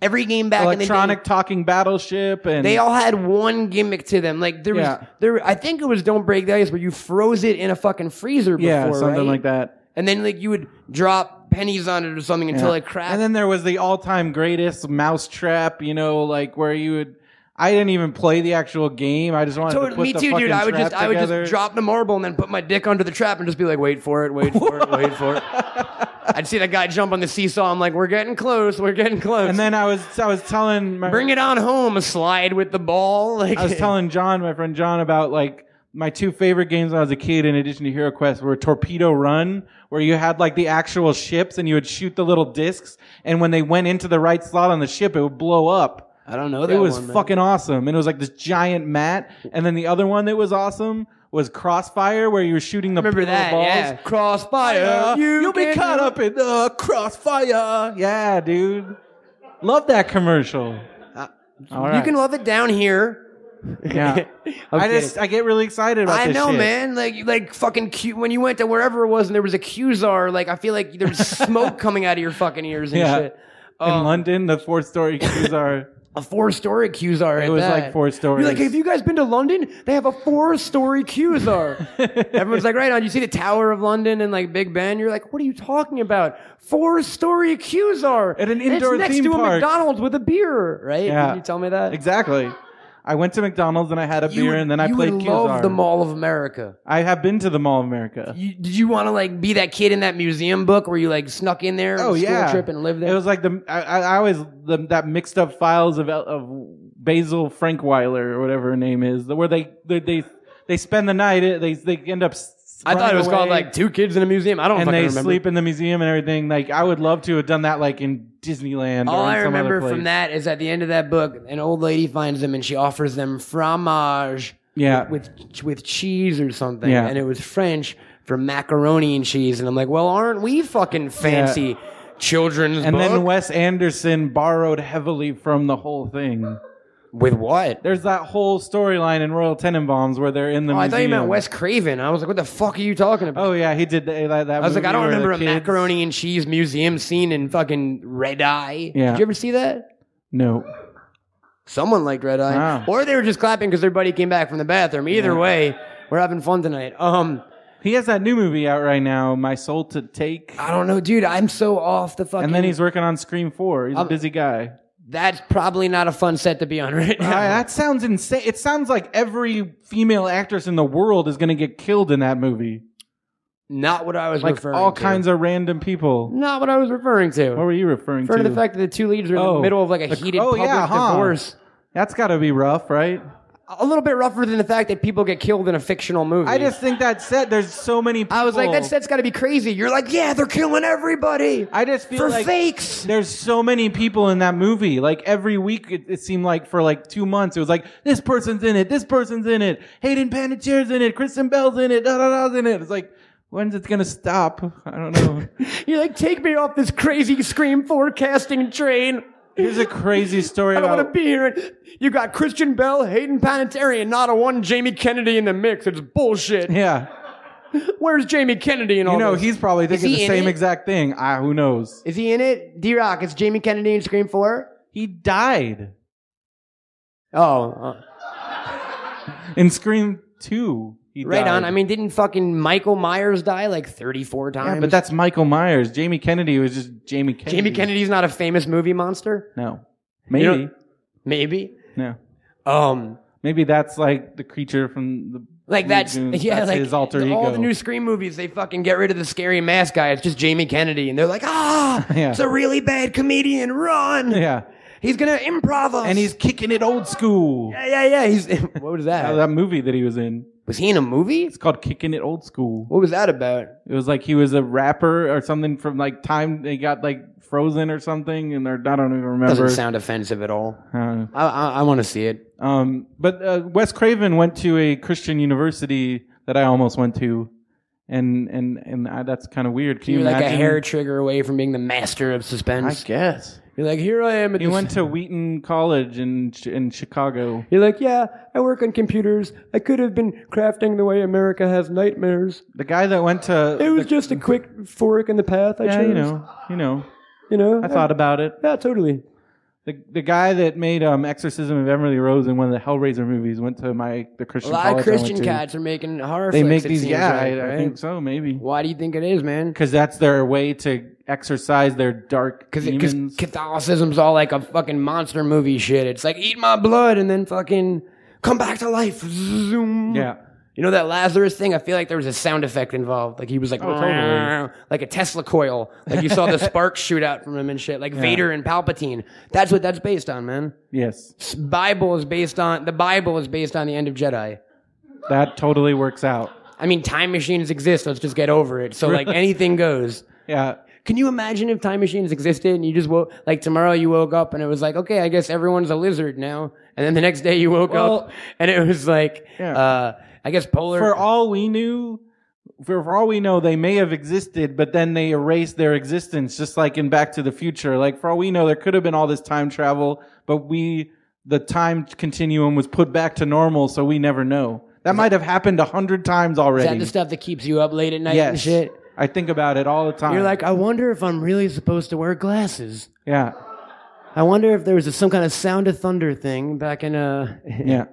S3: every game back in the day,
S4: Electronic talking battleship and
S3: they all had one gimmick to them. Like there was
S4: Yeah.
S3: there I think it was Don't Break the Ice where you froze it in a fucking freezer before,
S4: yeah, something
S3: right?
S4: like that.
S3: And then like you would drop pennies on it or something until
S4: Yeah.
S3: it cracked.
S4: And then there was the all-time greatest mousetrap, you know, like where you would I didn't even play the actual game. I just wanted to
S3: Totally.
S4: put
S3: Me
S4: the
S3: too,
S4: fucking
S3: dude. I would
S4: trap
S3: just I would
S4: together.
S3: just drop the marble and then put my dick under the trap and just be like, wait for it, wait for it, wait for it. I'd see that guy jump on the seesaw. I'm like, we're getting close, we're getting close.
S4: And then I was I was telling my,
S3: bring it on home, a slide with the ball. Like
S4: I was telling John, my friend John, about like my two favorite games when I was a kid, in addition to Hero Quest, were Torpedo Run, where you had like the actual ships and you would shoot the little discs, and when they went into the right slot on the ship, it would blow up.
S3: I don't know that
S4: It was
S3: one, man.
S4: fucking awesome. And it was like this giant mat. And then the other one that was awesome was Crossfire, where you were shooting the
S3: Remember
S4: little
S3: that?
S4: balls.
S3: Yeah. Crossfire.
S4: Uh,
S3: You
S4: you'll be
S3: can-
S4: caught up in uh, Crossfire. Yeah, dude. Love that commercial. All
S3: Uh, You
S4: right.
S3: can love it down here.
S4: Yeah. I
S3: Okay.
S4: just I get really excited about
S3: I
S4: this
S3: know,
S4: shit.
S3: man. Like, like fucking Q. When you went to wherever it was, and there was a Qzar. Like, I feel like there was smoke coming out of your fucking ears and
S4: Yeah.
S3: shit.
S4: In
S3: Um,
S4: London, the four story queues are
S3: a four-story Qzar.
S4: It
S3: at
S4: was
S3: that.
S4: like four stories.
S3: You're like, have you guys been to London? They have a four-story Qzar. Everyone's like, right on. You see the Tower of London and like Big Ben. You're like, what are you talking about? Four-story Qzar
S4: At an
S3: And it's
S4: indoor
S3: next
S4: theme
S3: to a
S4: park.
S3: McDonald's with a beer, right?
S4: Yeah.
S3: Didn't you tell me that
S4: exactly. I went to McDonald's and I had a
S3: You
S4: beer
S3: would-
S4: and then I
S3: you
S4: played
S3: would
S4: Qzar.
S3: love the Mall of America.
S4: I have been to the Mall of America.
S3: You, did you want to like be that kid in that museum book where you like snuck in there?
S4: Oh
S3: on a school
S4: yeah,
S3: trip and lived there.
S4: It was like the I, I I always the, that mixed up files of of Basil Frankweiler or whatever her name is, where they they they, they spend the night. They they end up. s-
S3: I thought it
S4: running
S3: was called
S4: away,
S3: like two kids in a museum. I don't
S4: And
S3: fucking
S4: they
S3: remember.
S4: sleep in the museum and everything. Like I would love to have done that, like in Disneyland.
S3: All
S4: or in
S3: I
S4: some
S3: remember
S4: other place.
S3: from that is at the end of that book, an old lady finds them and she offers them fromage
S4: Yeah.
S3: with with cheese or something,
S4: Yeah.
S3: and it was French for macaroni and cheese. And I'm like, well, aren't we fucking fancy children's
S4: and
S3: book?
S4: then Wes Anderson borrowed heavily from the whole thing.
S3: with what?
S4: There's that whole storyline in Royal Tenenbaums where they're in the.
S3: Oh, I
S4: museum.
S3: thought you meant Wes Craven. I was like, what the fuck are you talking about?
S4: Oh yeah, he did the, that. that
S3: I was like, I don't remember a
S4: kids...
S3: macaroni and cheese museum scene in fucking Red Eye.
S4: Yeah.
S3: Did you ever see that?
S4: No.
S3: Someone liked Red Eye,
S4: Wow.
S3: or they were just clapping because their buddy came back from the bathroom. Either way, we're having fun tonight. Um,
S4: He has that new movie out right now, My Soul to Take.
S3: I don't know, dude. I'm so off the fucking.
S4: And then he's working on Scream 4. He's a
S3: I'm-
S4: busy guy.
S3: That's probably not a fun set to be on right
S4: Uh,
S3: now.
S4: that sounds insane. It sounds like every female actress in the world is going to get killed in that movie.
S3: not what I was
S4: Like
S3: referring
S4: all
S3: to.
S4: kinds of random people.
S3: Not what I was referring to.
S4: What were you referring
S3: referring
S4: to?
S3: to the fact that the two leads are in
S4: Oh.
S3: the middle of like a
S4: Like,
S3: heated
S4: oh,
S3: public
S4: yeah, huh.
S3: divorce.
S4: That's got to be rough, right?
S3: A little bit rougher than the fact that people get killed in a fictional movie.
S4: I just think that set, there's so many people.
S3: I was like, that set's got to be crazy. You're like, yeah, they're killing everybody.
S4: I just feel
S3: for
S4: like
S3: fakes.
S4: there's so many people in that movie. Like every week, it, it seemed like for like two months, it was like this person's in it, this person's in it, Hayden Panettiere's in it, Kristen Bell's in it, da da da's in it. It's like when's it gonna stop? I don't know.
S3: You're like, take me off this crazy scream forecasting train.
S4: Here's a crazy story
S3: I don't want
S4: about
S3: to be here. And you got Christian Bell, Hayden Panettiere, and not a one Jamie Kennedy in the mix. It's bullshit.
S4: yeah.
S3: Where's Jamie Kennedy and all
S4: You know
S3: this?
S4: he's probably thinking
S3: he
S4: the
S3: in
S4: same
S3: it?
S4: exact thing. Ah, who knows?
S3: Is he in it? D Rock, it's Jamie Kennedy in Scream 4?
S4: He died
S3: Oh, uh,
S4: in Scream Two. He
S3: right
S4: died.
S3: on. I mean, didn't fucking Michael Myers die like 34 times?
S4: yeah, but that's Michael Myers. Jamie Kennedy was just Jamie Kennedy.
S3: Jamie Kennedy's not a famous movie monster?
S4: No,
S3: You
S4: maybe
S3: know- Maybe.
S4: no.
S3: Um,
S4: Maybe that's like the creature from the
S3: Like that's
S4: Dude,
S3: yeah,
S4: that's
S3: like
S4: his alter
S3: the- all
S4: ego.
S3: the new Scream movies, they fucking get rid of the scary mask guy. It's just Jamie Kennedy, and they're like, ah,
S4: Yeah.
S3: it's a really bad comedian. Run,
S4: Yeah.
S3: he's gonna improv us.
S4: And he's kicking it old school.
S3: yeah, yeah, yeah. He's what was that?
S4: Uh, That movie that he was in.
S3: Was he in a movie?
S4: It's called Kicking It Old School.
S3: What was that about?
S4: It was like he was a rapper or something from like time they got like frozen or something, and they're, I don't even remember.
S3: Doesn't sound offensive at all.
S4: Uh,
S3: I I, I want to see it.
S4: um, but uh, Wes Craven went to a Christian university that I almost went to, and and and I, that's kind of weird. Can you
S3: You're like
S4: imagine?
S3: a hair trigger away from being the master of
S4: I
S3: suspense.
S4: guess
S3: You're like, here I am at
S4: he
S3: this-
S4: went to Wheaton College in Ch- in Chicago.
S3: You're like, yeah, I work on computers. I could have been crafting the way America has nightmares.
S4: The guy that went to
S3: It was
S4: the-
S3: just a quick fork in the path I
S4: yeah,
S3: chose.
S4: you know, you know.
S3: You know?
S4: I thought about it.
S3: Yeah, totally.
S4: The, the guy that made um, Exorcism of Emily Rose in one of the Hellraiser movies went to my the
S3: A
S4: Christian
S3: lot of
S4: college I went
S3: Christian
S4: to.
S3: cats are making horror
S4: They
S3: flicks,
S4: make
S3: it
S4: these,
S3: seems
S4: yeah,
S3: like,
S4: I, I
S3: right?
S4: think so, maybe.
S3: Why do you think it is, man?
S4: Because that's their way to exercise their dark
S3: Because
S4: demons.
S3: Catholicism's all like a fucking monster movie shit. It's like, eat my blood and then fucking come back to life. Zoom.
S4: yeah,
S3: You know that Lazarus thing? I feel like there was a sound effect involved. Like he was like,
S4: Oh, totally.
S3: "Rrrr," like a Tesla coil. Like you saw the sparks shoot out from him and shit. Like Vader and Palpatine. That's what that's based on, man.
S4: yes,
S3: S- Bible is based on the Bible is based on the end of Jedi.
S4: that totally works out.
S3: I mean, time machines exist. Let's just get over it. So like anything goes.
S4: Yeah,
S3: Can you imagine if time machines existed and you just woke like tomorrow you woke up and it was like, okay, I guess everyone's a lizard now. And then the next day you woke
S4: Well-
S3: up and it was like,
S4: Yeah.
S3: uh, I guess polar.
S4: for all we knew, for, for all we know, they may have existed, but then they erased their existence, just like in Back to the Future. Like for all we know, there could have been all this time travel, but we the time continuum was put back to normal, so we never know. That might have happened a hundred times
S3: is
S4: already.
S3: that the stuff that keeps you up late at night and
S4: yes,
S3: shit?
S4: I think about it all the time.
S3: You're like, I wonder if I'm really supposed to wear glasses.
S4: yeah,
S3: I wonder if there was some kind of sound of thunder thing back in uh
S4: yeah.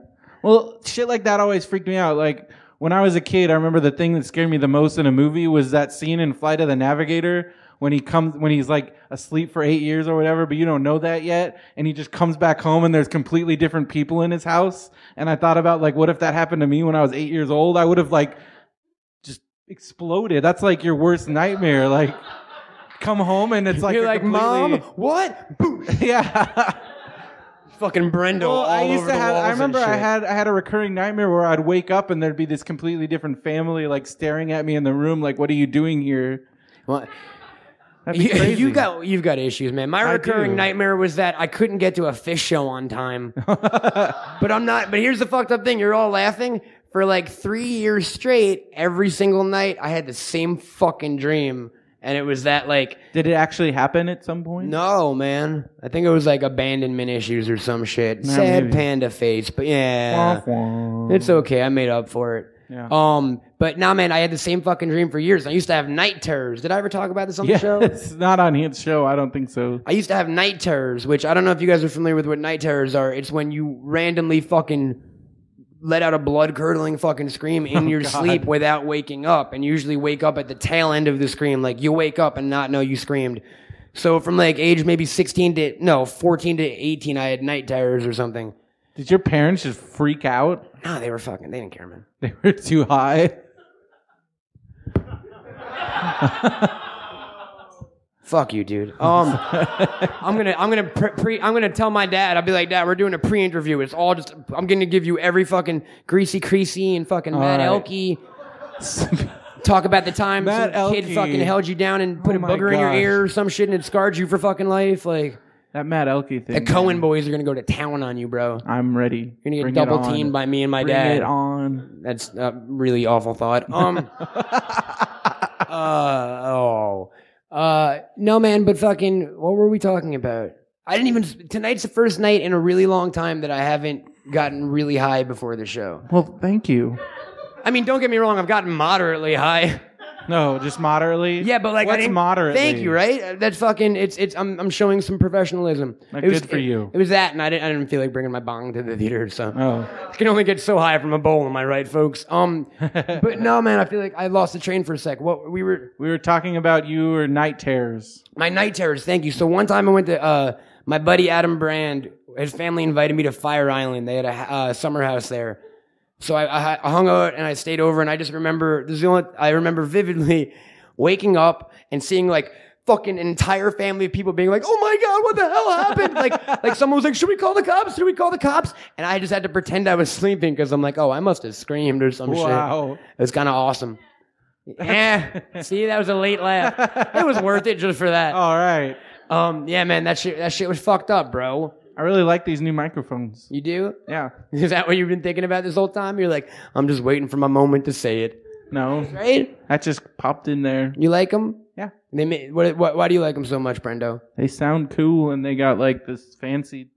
S4: Well, shit like that always freaked me out. Like when I was a kid, I remember the thing that scared me the most in a movie was that scene in Flight of the Navigator when he comes when he's like asleep for eight years or whatever, but you don't know that yet, and he just comes back home and there's completely different people in his house. And I thought about like, what if that happened to me when I was eight years old? I would have like just exploded. That's like your worst nightmare. Like come home and it's like
S3: You're
S4: a
S3: like, Mom,
S4: completely-
S3: what? Boom.
S4: yeah.
S3: Fucking Brendo
S4: Well,
S3: all
S4: I used
S3: over
S4: to
S3: the
S4: have.
S3: walls
S4: I
S3: and
S4: remember I
S3: shit.
S4: had I had a recurring nightmare where I'd wake up and there'd be this completely different family like staring at me in the room, like, "What are you doing here?"
S3: Well,
S4: That'd be
S3: you,
S4: crazy.
S3: you got you've got issues, man. My
S4: I
S3: recurring
S4: do.
S3: nightmare was that I couldn't get to a fish show on time. but I'm not. But here's the fucked up thing: you're all laughing for like three years straight. Every single night, I had the same fucking dream, and it was that like
S4: Did it actually happen at some point?
S3: No, man. I think it was like abandonment issues or some shit. Sad
S4: maybe.
S3: panda face, but yeah.
S4: Wah, wah.
S3: It's okay. I made up for it.
S4: Yeah.
S3: Um, but nah, man, I had the same fucking dream for years. I used to have night terrors. Did I ever talk about this on
S4: yeah,
S3: the show?
S4: it's not on his show. I don't think so.
S3: I used to have night terrors, which I don't know if you guys are familiar with what night terrors are. It's when you randomly fucking let out a blood curdling fucking scream in your sleep without waking up, and usually wake up at the tail end of the scream. Like you wake up and not know you screamed. So from like age maybe 16 to no 14 to 18, I had night terrors or something.
S4: Did your parents just freak out?
S3: Nah, they were fucking. They didn't care, man.
S4: They were too high.
S3: Fuck you, dude. Um, I'm gonna, I'm gonna pre, pre, I'm gonna tell my dad. I'll be like, Dad, we're doing a pre-interview. It's all just, I'm gonna give you every fucking greasy, creasy, and fucking Matt
S4: right.
S3: Elke. Talk about the time
S4: Matt
S3: some
S4: Elke.
S3: kid fucking held you down and put
S4: Oh
S3: a
S4: my
S3: booger in your
S4: gosh.
S3: ear or some shit, and it scarred you for fucking life. Like
S4: that Matt Elke thing.
S3: the Cohen boys are gonna go to town on you, bro.
S4: I'm ready.
S3: You're gonna
S4: Bring
S3: get
S4: it
S3: double
S4: on.
S3: teamed by me and my
S4: Bring
S3: dad.
S4: it on.
S3: That's a really awful thought. Um. uh, oh. Uh, no, man, but fucking, what were we talking about? I didn't even. Tonight's the first night in a really long time that I haven't gotten really high before the show.
S4: Well, thank you.
S3: I mean, don't get me wrong, I've gotten moderately high.
S4: No, just moderately.
S3: Yeah, but like, I
S4: what's
S3: didn't-
S4: moderately?
S3: Thank you, right? That's fucking. It's it's. I'm I'm showing some professionalism.
S4: Like,
S3: It was-
S4: good for
S3: it-
S4: you.
S3: It was that, and I didn't I didn't feel like bringing my bong to the theater, so.
S4: Oh,
S3: I can only get so high from a bowl, am I right, folks? Um, but no, man, I feel like I lost the train for a sec. What we were,
S4: we were talking about you or night terrors.
S3: my night terrors. Thank you. So one time I went to uh, my buddy Adam Brand. His family invited me to Fire Island. They had a uh, summer house there. So I, I, I hung out and I stayed over, and I just remember this is the only I remember vividly waking up and seeing like fucking entire family of people being like, "Oh my god, what the hell happened?" like like someone was like, "Should we call the cops? Should we call the cops?" And I just had to pretend I was sleeping because I'm like, "Oh, I must have screamed or some shit." It
S4: Wow.
S3: was kind of awesome. Yeah, see, that was a late laugh. It was worth it just for that.
S4: All right.
S3: Um, yeah, man, that shit that shit was fucked up, bro.
S4: I really like these new microphones.
S3: You do?
S4: Yeah.
S3: Is that what you've been thinking about this whole time? You're like, I'm just waiting for my moment to say it,
S4: No,
S3: right?
S4: that just popped in there.
S3: You like them?
S4: Yeah.
S3: They ma- what, what, why do you like them so much, Brendo?
S4: They sound cool, and they got like this fancy,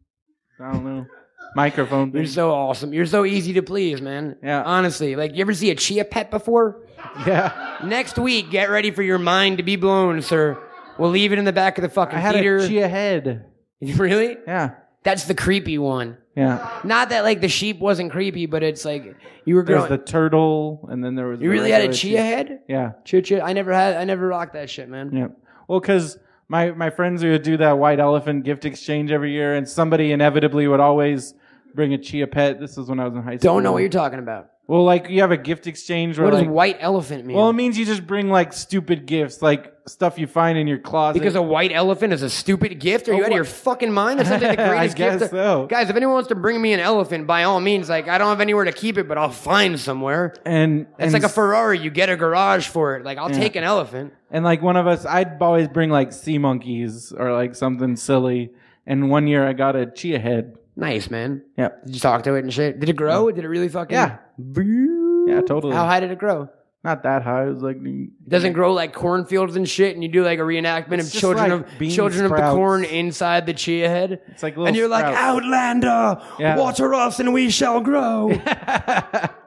S4: I don't know, microphone.
S3: You're
S4: Thing.
S3: so awesome. You're so easy to please, man.
S4: Yeah.
S3: Honestly, like you ever see a chia pet before?
S4: yeah.
S3: Next week, get ready for your mind to be blown, sir. We'll leave it in the back of the fucking
S4: I had
S3: theater.
S4: a chia head.
S3: really?
S4: Yeah.
S3: That's the creepy one.
S4: Yeah.
S3: Not that like the sheep wasn't creepy, but it's like you were
S4: There's
S3: growing.
S4: the turtle, and then there was.
S3: you
S4: the
S3: really had a
S4: regular
S3: chia head?
S4: Yeah.
S3: Chia chia. I never had. I never rocked that shit, man.
S4: Yeah. Well, because my my friends would do that white elephant gift exchange every year, and somebody inevitably would always bring a chia pet. This is when I was in high school.
S3: Don't know what you're talking about.
S4: Well, like you have a gift exchange where
S3: What does
S4: like.
S3: white elephant mean?
S4: well, it means you just bring like stupid gifts, like stuff you find in your closet.
S3: because a white elephant is a stupid gift? Are you out of your fucking mind? That sounds like the
S4: Oh, I
S3: greatest gift.
S4: guess so.
S3: Guys, if anyone wants to bring me an elephant, by all means, like I don't have anywhere to keep it, but I'll find somewhere.
S4: and
S3: It's
S4: and
S3: like a
S4: s-
S3: Ferrari. You get a garage for it. Like I'll take an elephant.
S4: And like one of us, I'd always bring like sea monkeys or like something silly. And one year I got a chia head.
S3: Nice man.
S4: Yep.
S3: Did you talk to it and shit? Did it grow? Did it really fucking?
S4: Yeah. Yeah, totally.
S3: How high did it grow?
S4: Not that high. It was like
S3: It doesn't grow like cornfields and shit, and you do like a reenactment
S4: It's
S3: of
S4: just
S3: children
S4: like
S3: of
S4: bean
S3: children of the
S4: sprouts.
S3: corn inside the chia head.
S4: It's like little
S3: and you're like
S4: sprouts.
S3: Outlander,
S4: Yeah.
S3: water us and we shall grow.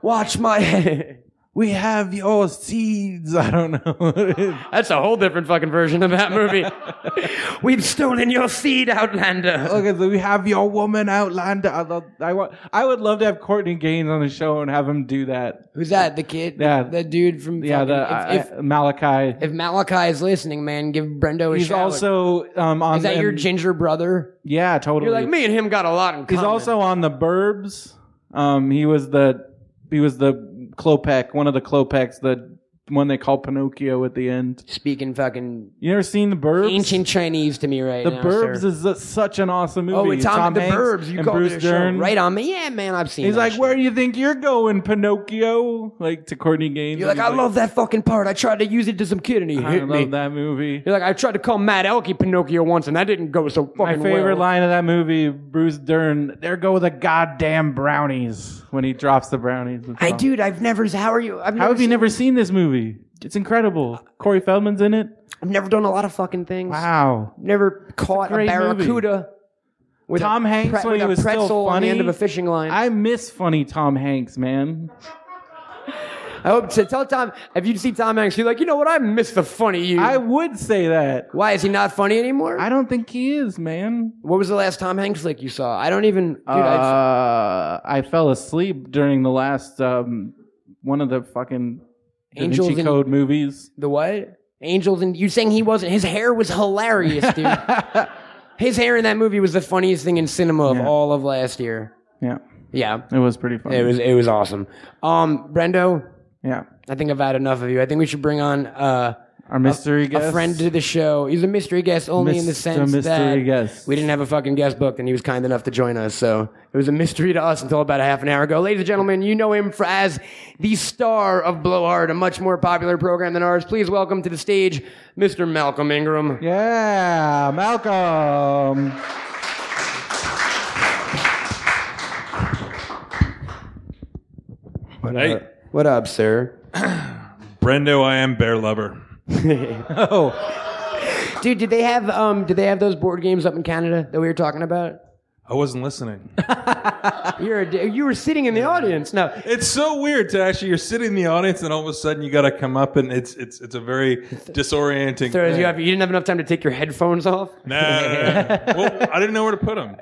S3: Watch my head.
S4: we have your seeds. I don't know. what it is.
S3: That's a whole different fucking version of that movie. We've stolen your seed, Outlander.
S4: Okay, so we have your woman Outlander. I love. I want. I would love to have Courtney Gaines on the show and have him do that.
S3: Who's that? The kid?
S4: Yeah.
S3: The dude from
S4: Yeah,
S3: fucking-
S4: the
S3: if, if,
S4: I- I- Malachi.
S3: if Malachi is listening, man, give Brendo a
S4: He's
S3: shout.
S4: also um on.
S3: is that
S4: the-
S3: your ginger brother?
S4: Yeah, totally.
S3: You're like me and him got a lot in common.
S4: He's also on the Burbs. Um, he was the he was the Klopek, one of the Klopeks, the one they call Pinocchio at the end.
S3: speaking fucking
S4: You ever seen the Burbs?
S3: ancient Chinese to me right
S4: the
S3: now.
S4: Burbs
S3: sir.
S4: is a, such an awesome movie.
S3: oh, with Tom, the
S4: Hanks
S3: Burbs. You
S4: and
S3: called
S4: Bruce
S3: it a show.
S4: Dern.
S3: right on me. Yeah, man, I've seen.
S4: He's
S3: that
S4: like,
S3: shit.
S4: "Where do you think you're going, Pinocchio?" Like to Courtney Gaines.
S3: You're like,
S4: and
S3: I
S4: he's
S3: love that fucking part. I tried to use it to some kid and he
S4: I
S3: hit me.
S4: love that movie.
S3: You're like, I tried to call Matt Elke Pinocchio once and that didn't go so fucking
S4: My favorite
S3: well.
S4: line of that movie, Bruce Dern. There go the goddamn brownies when he drops the brownies.
S3: I dude, I've never. How are you? I've
S4: How
S3: never,
S4: have you
S3: seen-
S4: never seen this movie? It's incredible. Corey Feldman's in it.
S3: I've never done a lot of fucking things.
S4: Wow.
S3: Never caught a,
S4: great movie.
S3: barracuda. With
S4: Tom
S3: a
S4: Hanks
S3: pre-
S4: when
S3: with
S4: he
S3: a
S4: was still
S3: pretzel on the
S4: funny.
S3: end of a fishing line. I,
S4: I miss funny Tom Hanks, man.
S3: hope to tell Tom if you see Tom Hanks, you're like, you know what? I miss the funny you.
S4: I would say that.
S3: Why is he not funny anymore?
S4: I don't think he is, man.
S3: What was the last Tom Hanks flick you saw? I don't even. Dude, I,
S4: uh, I fell asleep during the last um, one of the fucking Da Vinci
S3: Angels in-
S4: Code movies.
S3: the what? Angels and you saying he wasn't? His hair was hilarious, dude. his hair in that movie was the funniest thing in cinema of
S4: Yeah.
S3: all of last year.
S4: Yeah,
S3: Yeah,
S4: it was pretty funny.
S3: it was it was awesome. Um, Brendo,
S4: yeah,
S3: I think I've had enough of you. I think we should bring on uh,
S4: our mystery guest,
S3: a friend to the show. He's a mystery guest only in the
S4: Mr.
S3: sense
S4: mystery
S3: that
S4: guest.
S3: we didn't have a fucking guest booked, and he was kind enough to join us. So it was a mystery to us until about a half an hour ago. Ladies and gentlemen, you know him for as the star of Blowhard, a much more popular program than ours. Please welcome to the stage, Mr. Malcolm Ingram.
S4: Yeah, Malcolm.
S5: Hey,
S3: What up, sir?
S5: Brendo, I am bear lover.
S4: Oh.
S3: Dude, did they have um? Did they have those board games up in Canada that we were talking about?
S5: I wasn't listening.
S3: You're a, d- you were sitting in the audience. No,
S5: it's so weird to actually you're sitting in the audience and all of a sudden you got to come up and it's it's it's a very disorienting.
S3: throws
S5: thing.
S3: you off. You didn't have enough time to take your headphones off.
S5: Nah, nah, nah. Well, I didn't know where to put them.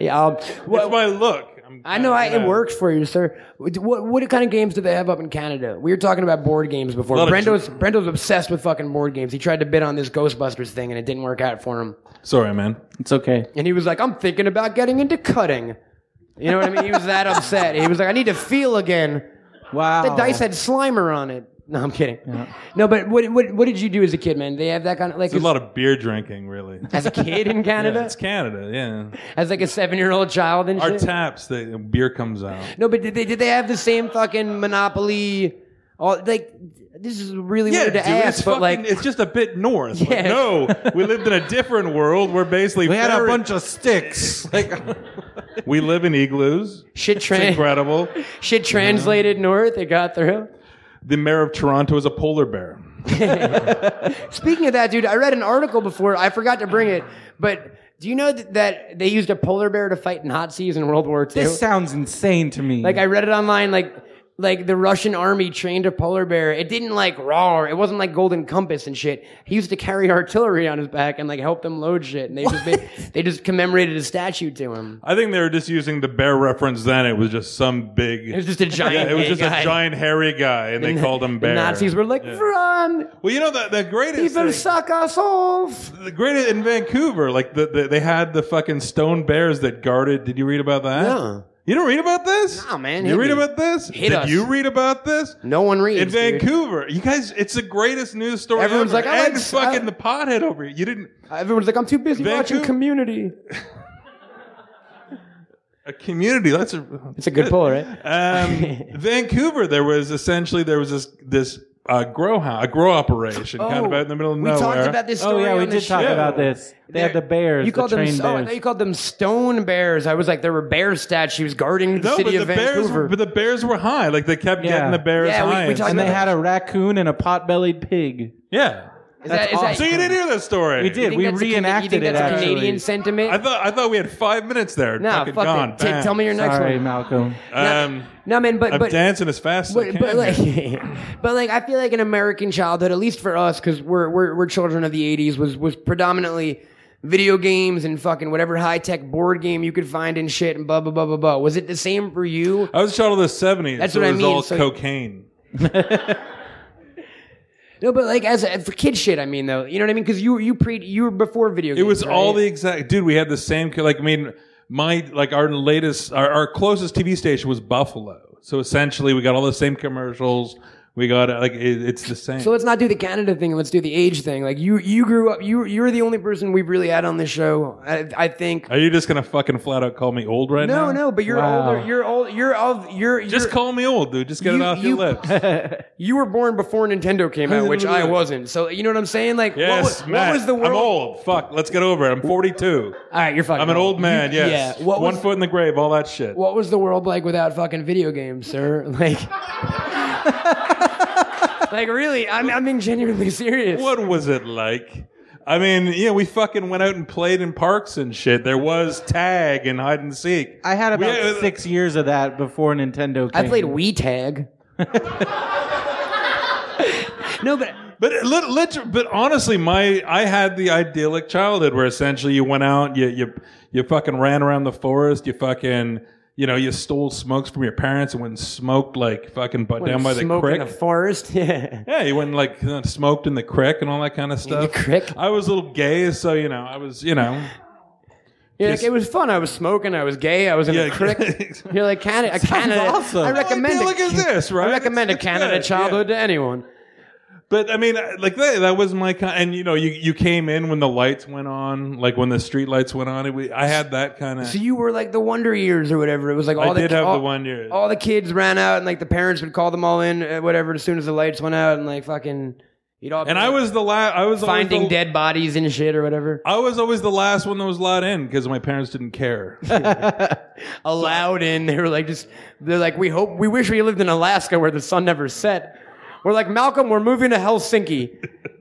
S3: Yeah. Um,
S5: What's
S3: well,
S5: my look? I'm-
S3: I know I, it
S5: yeah.
S3: works for you, sir. What what kind of games do they have up in Canada? We were talking about board games before.
S5: Lot of
S3: Brendo's Brendo's obsessed with fucking board games. He tried to bid on this Ghostbusters thing and it didn't work out for him.
S5: Sorry, man.
S4: It's okay.
S3: And he was like, "I'm thinking about getting into cutting." You know what I mean? He was that upset. He was like, I need to feel again.
S4: Wow.
S5: Oh.
S3: The dice had Slimer on it. No, I'm kidding. No, but what, what what did you do as a kid, man? They have that kind of like
S5: There's a lot of beer drinking, really.
S3: as a kid in
S5: Yeah,
S3: Canada,
S5: it's Canada, yeah.
S3: as like a seven year old child and
S5: Our
S3: shit.
S5: taps, they, beer comes out.
S3: no, but did they did they have the same fucking monopoly? All like this is really
S5: Yeah,
S3: weird to
S5: dude,
S3: ask,
S5: it's
S3: but
S5: fucking,
S3: like
S5: it's just a bit north. Like,
S3: Yeah.
S5: no, we lived in a different world. We're basically
S4: we had a
S5: buried-
S4: bunch of sticks.
S5: like we live in igloos.
S3: shit,
S5: It's
S3: tra-
S5: incredible.
S3: shit translated north, it got through.
S5: The mayor of Toronto is a polar bear.
S3: Speaking of that, dude, I read an article before. I forgot to bring it, but do you know th- that they used a polar bear to fight Nazis in World War II?
S4: This sounds insane to me.
S3: Like I read it online, like like the Russian army trained a polar bear. It didn't like roar. It wasn't like Golden Compass and shit. He used to carry artillery on his back and like help them load shit. And they just they, they just commemorated a statue to him.
S5: I think they were just using the bear reference then. It was just some big.
S3: It was just a
S5: yeah,
S3: giant.
S5: it was
S3: gay
S5: just
S3: guy.
S5: a giant hairy guy, and they called him
S3: The
S5: bear.
S3: Nazis were like, "Run!
S5: Well, you know the the greatest
S3: People
S5: thing-
S3: suck us off."
S5: the greatest in Vancouver, like the, the they had the fucking stone bears that guarded. Did you read about that?
S3: No.
S5: You don't read about this?
S3: No, man,
S5: You
S3: hit
S5: read
S3: me.
S5: about this?
S3: Hit
S5: Did
S3: us.
S5: you read about this?
S3: No one reads.
S5: in
S3: dude.
S5: Vancouver. You guys, it's the greatest news story.
S3: Everyone's like,
S5: ever.
S3: I
S5: and
S3: like-
S5: fucking
S3: I-
S5: the pothead over here. You didn't
S3: Uh, Everyone's like, "I'm too busy watching
S5: Vancouver-
S3: Community."
S5: a community. That's a
S3: It's a good pull, right?
S5: um, Vancouver. There was essentially there was this this uh, grow house, a grow operation, kind of out in the middle of
S3: Oh, we
S5: nowhere.
S3: talked about this
S4: oh
S3: story.
S4: yeah, we
S3: on the
S4: did talk
S3: show.
S4: about this. They had the bears.
S3: You
S4: the
S3: called them.
S4: trained
S3: Oh, I
S4: bears.
S3: thought you called them stone bears. I was like, there were bear statues guarding the
S5: no,
S3: city
S5: but
S3: of
S5: the bears,
S3: Vancouver.
S5: were- but the bears were high. Like they kept
S4: Yeah.
S5: getting the bears
S3: Yeah, we-
S5: high.
S3: we talked
S4: and they
S3: about
S4: had a raccoon and a pot-bellied pig.
S5: yeah.
S3: is that, is that,
S5: So you didn't hear that story.
S4: We did.
S3: think
S4: We
S3: that's a- you think
S4: reenacted it.
S3: that's a
S4: Actually,
S3: Canadian sentiment.
S5: I thought I thought we had five minutes there.
S3: nah,
S5: fucking
S3: fuck
S5: gone.
S3: it. T-
S5: Bam.
S3: tell me your next
S4: sorry,
S3: one.
S4: Malcolm.
S5: Um,
S3: No, man, but
S5: I'm
S3: but
S5: dancing as fast as I
S3: But,
S5: can.
S3: but
S5: here.
S3: like, but like, I feel like an American childhood, at least for us, because we're, we're we're children of the '80s, was was predominantly video games and fucking whatever high tech board game you could find and shit and blah blah blah blah blah. Was it the same for you?
S5: I was a child of the 70s.
S3: That's
S5: so
S3: what I
S5: it was
S3: mean,
S5: all
S3: so-
S5: cocaine.
S3: No, but like as a, for kid shit, I mean though, you know what I mean? Because you you pre you were before video games.
S5: It was all the
S3: right?
S5: exact dude. We had the same like. I mean, my like our latest, our, our closest TV station was Buffalo. So essentially, we got all the same commercials. We got uh, like it, it's the same.
S3: So let's not do the Canada thing. Let's do the age thing. Like you you grew up. You you're the only person we've really had on this show. I, I think.
S5: Are you just gonna fucking flat out call me old right now?
S3: No, no, but you're
S4: Wow.
S3: older. You're old. You're of. You're
S5: Just
S3: you're-
S5: call me old, dude. Just get
S3: You-
S5: it off
S3: you-
S5: your lips.
S3: You were born before Nintendo came out, which I wasn't. So you know what I'm saying? Like, what, was,
S5: Yes,
S3: what
S5: Matt.
S3: was the world?
S5: I'm old. Fuck. Let's get over it. I'm 42.
S3: All right, you're fucking.
S5: I'm an old man.
S3: You-
S5: yes.
S3: Yeah. What
S5: One
S3: was,
S5: foot in the grave. All that shit.
S3: What was the world like without fucking video games, sir? Like, like really? I'm I'm being genuinely serious.
S5: What was it like? I mean, yeah, we fucking went out and played in parks and shit. There was tag and hide and seek.
S4: I had
S5: We
S4: about
S5: had-
S4: six years of that before Nintendo.
S3: I
S4: Came.
S3: played Wii Tag. no, but
S5: But it lit, lit, but honestly, my I had the idyllic childhood where essentially you went out, you you you fucking ran around the forest, you fucking you know you stole smokes from your parents and went and smoked like fucking butt down by the
S3: smoke in
S5: creek.
S3: the forest. Yeah.
S5: yeah, you went and, like uh, smoked in the creek and all that kind of stuff.
S3: creek?
S5: I was a little gay, so you know I was you know
S3: You're like,
S5: Just-
S3: it was fun. I was smoking. I was gay. I was in a
S5: Yeah.
S3: crick. You're like, Canada. Canada
S4: awesome.
S3: I
S4: How
S3: recommend.
S5: idyllic
S3: a,
S5: is this, right?
S3: I recommend
S5: It's-
S3: a
S5: it's
S3: Canada
S5: good,
S3: childhood to anyone.
S5: But I mean, like that, that was my kind. And you know, you, you came in when the lights went on, like when the street lights went on. It, we, I had that kind of.
S3: So you were like the Wonder Years or whatever. It was like all
S5: I
S3: the
S5: did have
S3: all,
S5: the one year.
S3: all the kids ran out and like the parents would call them all in, uh, whatever, as soon as the lights went out and like fucking. You'd all be,
S5: and I
S3: like,
S5: was the last. I was always
S3: finding
S5: the,
S3: dead bodies and shit or whatever.
S5: I was always the last one that was allowed in because my parents didn't care.
S3: Allowed in. They were like just. They're like we hope we wish we lived in Alaska where the sun never set. We're like Malcolm. We're moving to Helsinki.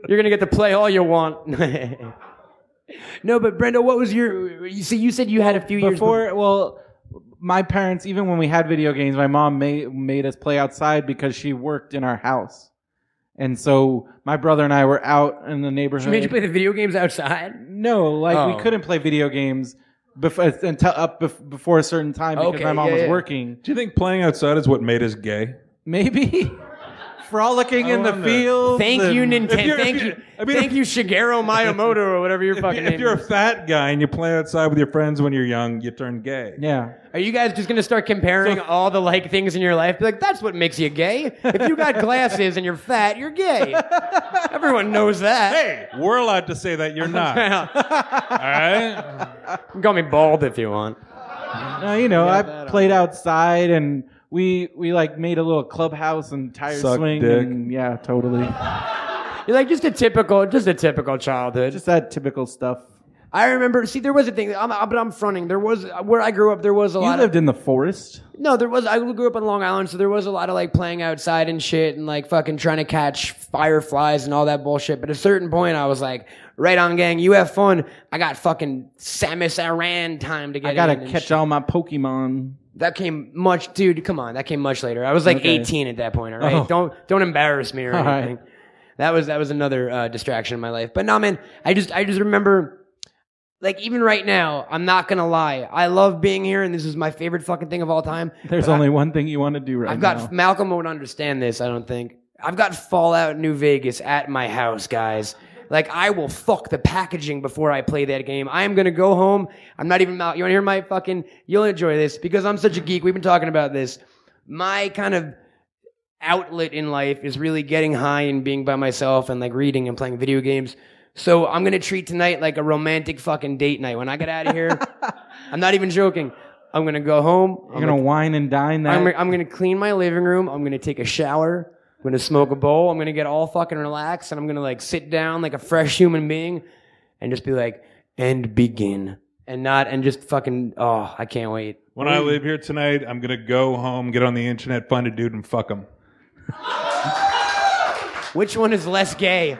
S3: You're gonna get to play all you want. no, but Brenda, what was your? You see, you said you had a few years
S4: before. Well, my parents, even when we had video games, my mom made made us play outside because she worked in our house, and so my brother and I were out in the neighborhood.
S3: She made you play the video games outside.
S4: No, like
S3: Oh.
S4: we couldn't play video games before until up bef- before a certain time because
S3: Okay,
S4: my mom
S3: yeah,
S4: was
S3: yeah.
S4: working.
S5: Do you think playing outside is what made us gay?
S4: Maybe frolicking in the
S5: wonder.
S4: fields.
S3: Thank
S4: and-
S3: you,
S5: If
S3: Nintendo.
S5: you're- if
S3: Thank
S5: you're-
S3: you,
S5: I mean,
S3: thank
S5: if-
S3: you, Shigeru Miyamoto or whatever your fucking
S5: if
S3: name
S5: you're a
S3: is.
S5: fat guy and you play outside with your friends when you're young, you turn gay.
S4: Yeah.
S3: Are you guys just gonna start comparing all the like things in your life? Be like, that's what makes you gay. If you got glasses and you're fat, you're gay. Everyone knows that.
S5: Hey, we're allowed to say that. You're not. All right.
S3: You can call me bald if you want.
S4: No, you know, I
S3: uh,
S4: played outside and we we like made a little clubhouse and tire
S5: Suck
S4: swing.
S5: dick.
S4: And, yeah, totally.
S3: You're like just a typical, just a typical childhood.
S4: Just that typical stuff.
S3: I remember. See, there was a thing. I'm, but I'm fronting. There was where I grew up. There was a
S4: You
S3: lot.
S4: lived
S3: of,
S4: in the forest.
S3: no, there was. I grew up on Long Island, so there was a lot of like playing outside and shit, and like fucking trying to catch fireflies and all that bullshit. But at a certain point, I was like, right on, gang. You have fun. I got fucking Samus Aran time to get.
S4: I gotta
S3: in and
S4: catch
S3: shit.
S4: all my Pokemon.
S3: That came much, dude. Come on, that came much later. I was like
S4: Okay.
S3: 18 at that point. All right,
S4: Oh.
S3: don't don't embarrass me or
S4: All right.
S3: anything. That was that was another uh, distraction in my life. But no, man, I just I just remember, like even right now, I'm not gonna lie. I love being here, and this is my favorite fucking thing of all time.
S4: There's
S3: But I-
S4: only one thing you want to do right
S3: I've
S4: now.
S3: got Malcolm won't understand this. I don't think I've got Fallout New Vegas at my house, guys. Like I will fuck the packaging before I play that game. I am gonna go home. I'm not even out. You wanna hear my fucking? You'll enjoy this because I'm such a geek. We've been talking about this. My kind of outlet in life is really getting high and being by myself and like reading and playing video games. So I'm gonna treat tonight like a romantic fucking date night. When I get out of here, I'm not even joking. I'm gonna go home. I'm
S4: You're gonna whine and dine that.
S3: I'm, I'm going to clean my living room. I'm going to take a shower. I'm going to smoke a bowl. I'm going to get all fucking relaxed and I'm going to like sit down like a fresh human being and just be like, and begin. And not, and just fucking, oh, I can't wait.
S5: When I leave here tonight, I'm gonna go home, get on the internet, find a dude, and fuck him.
S3: Which one is less gay?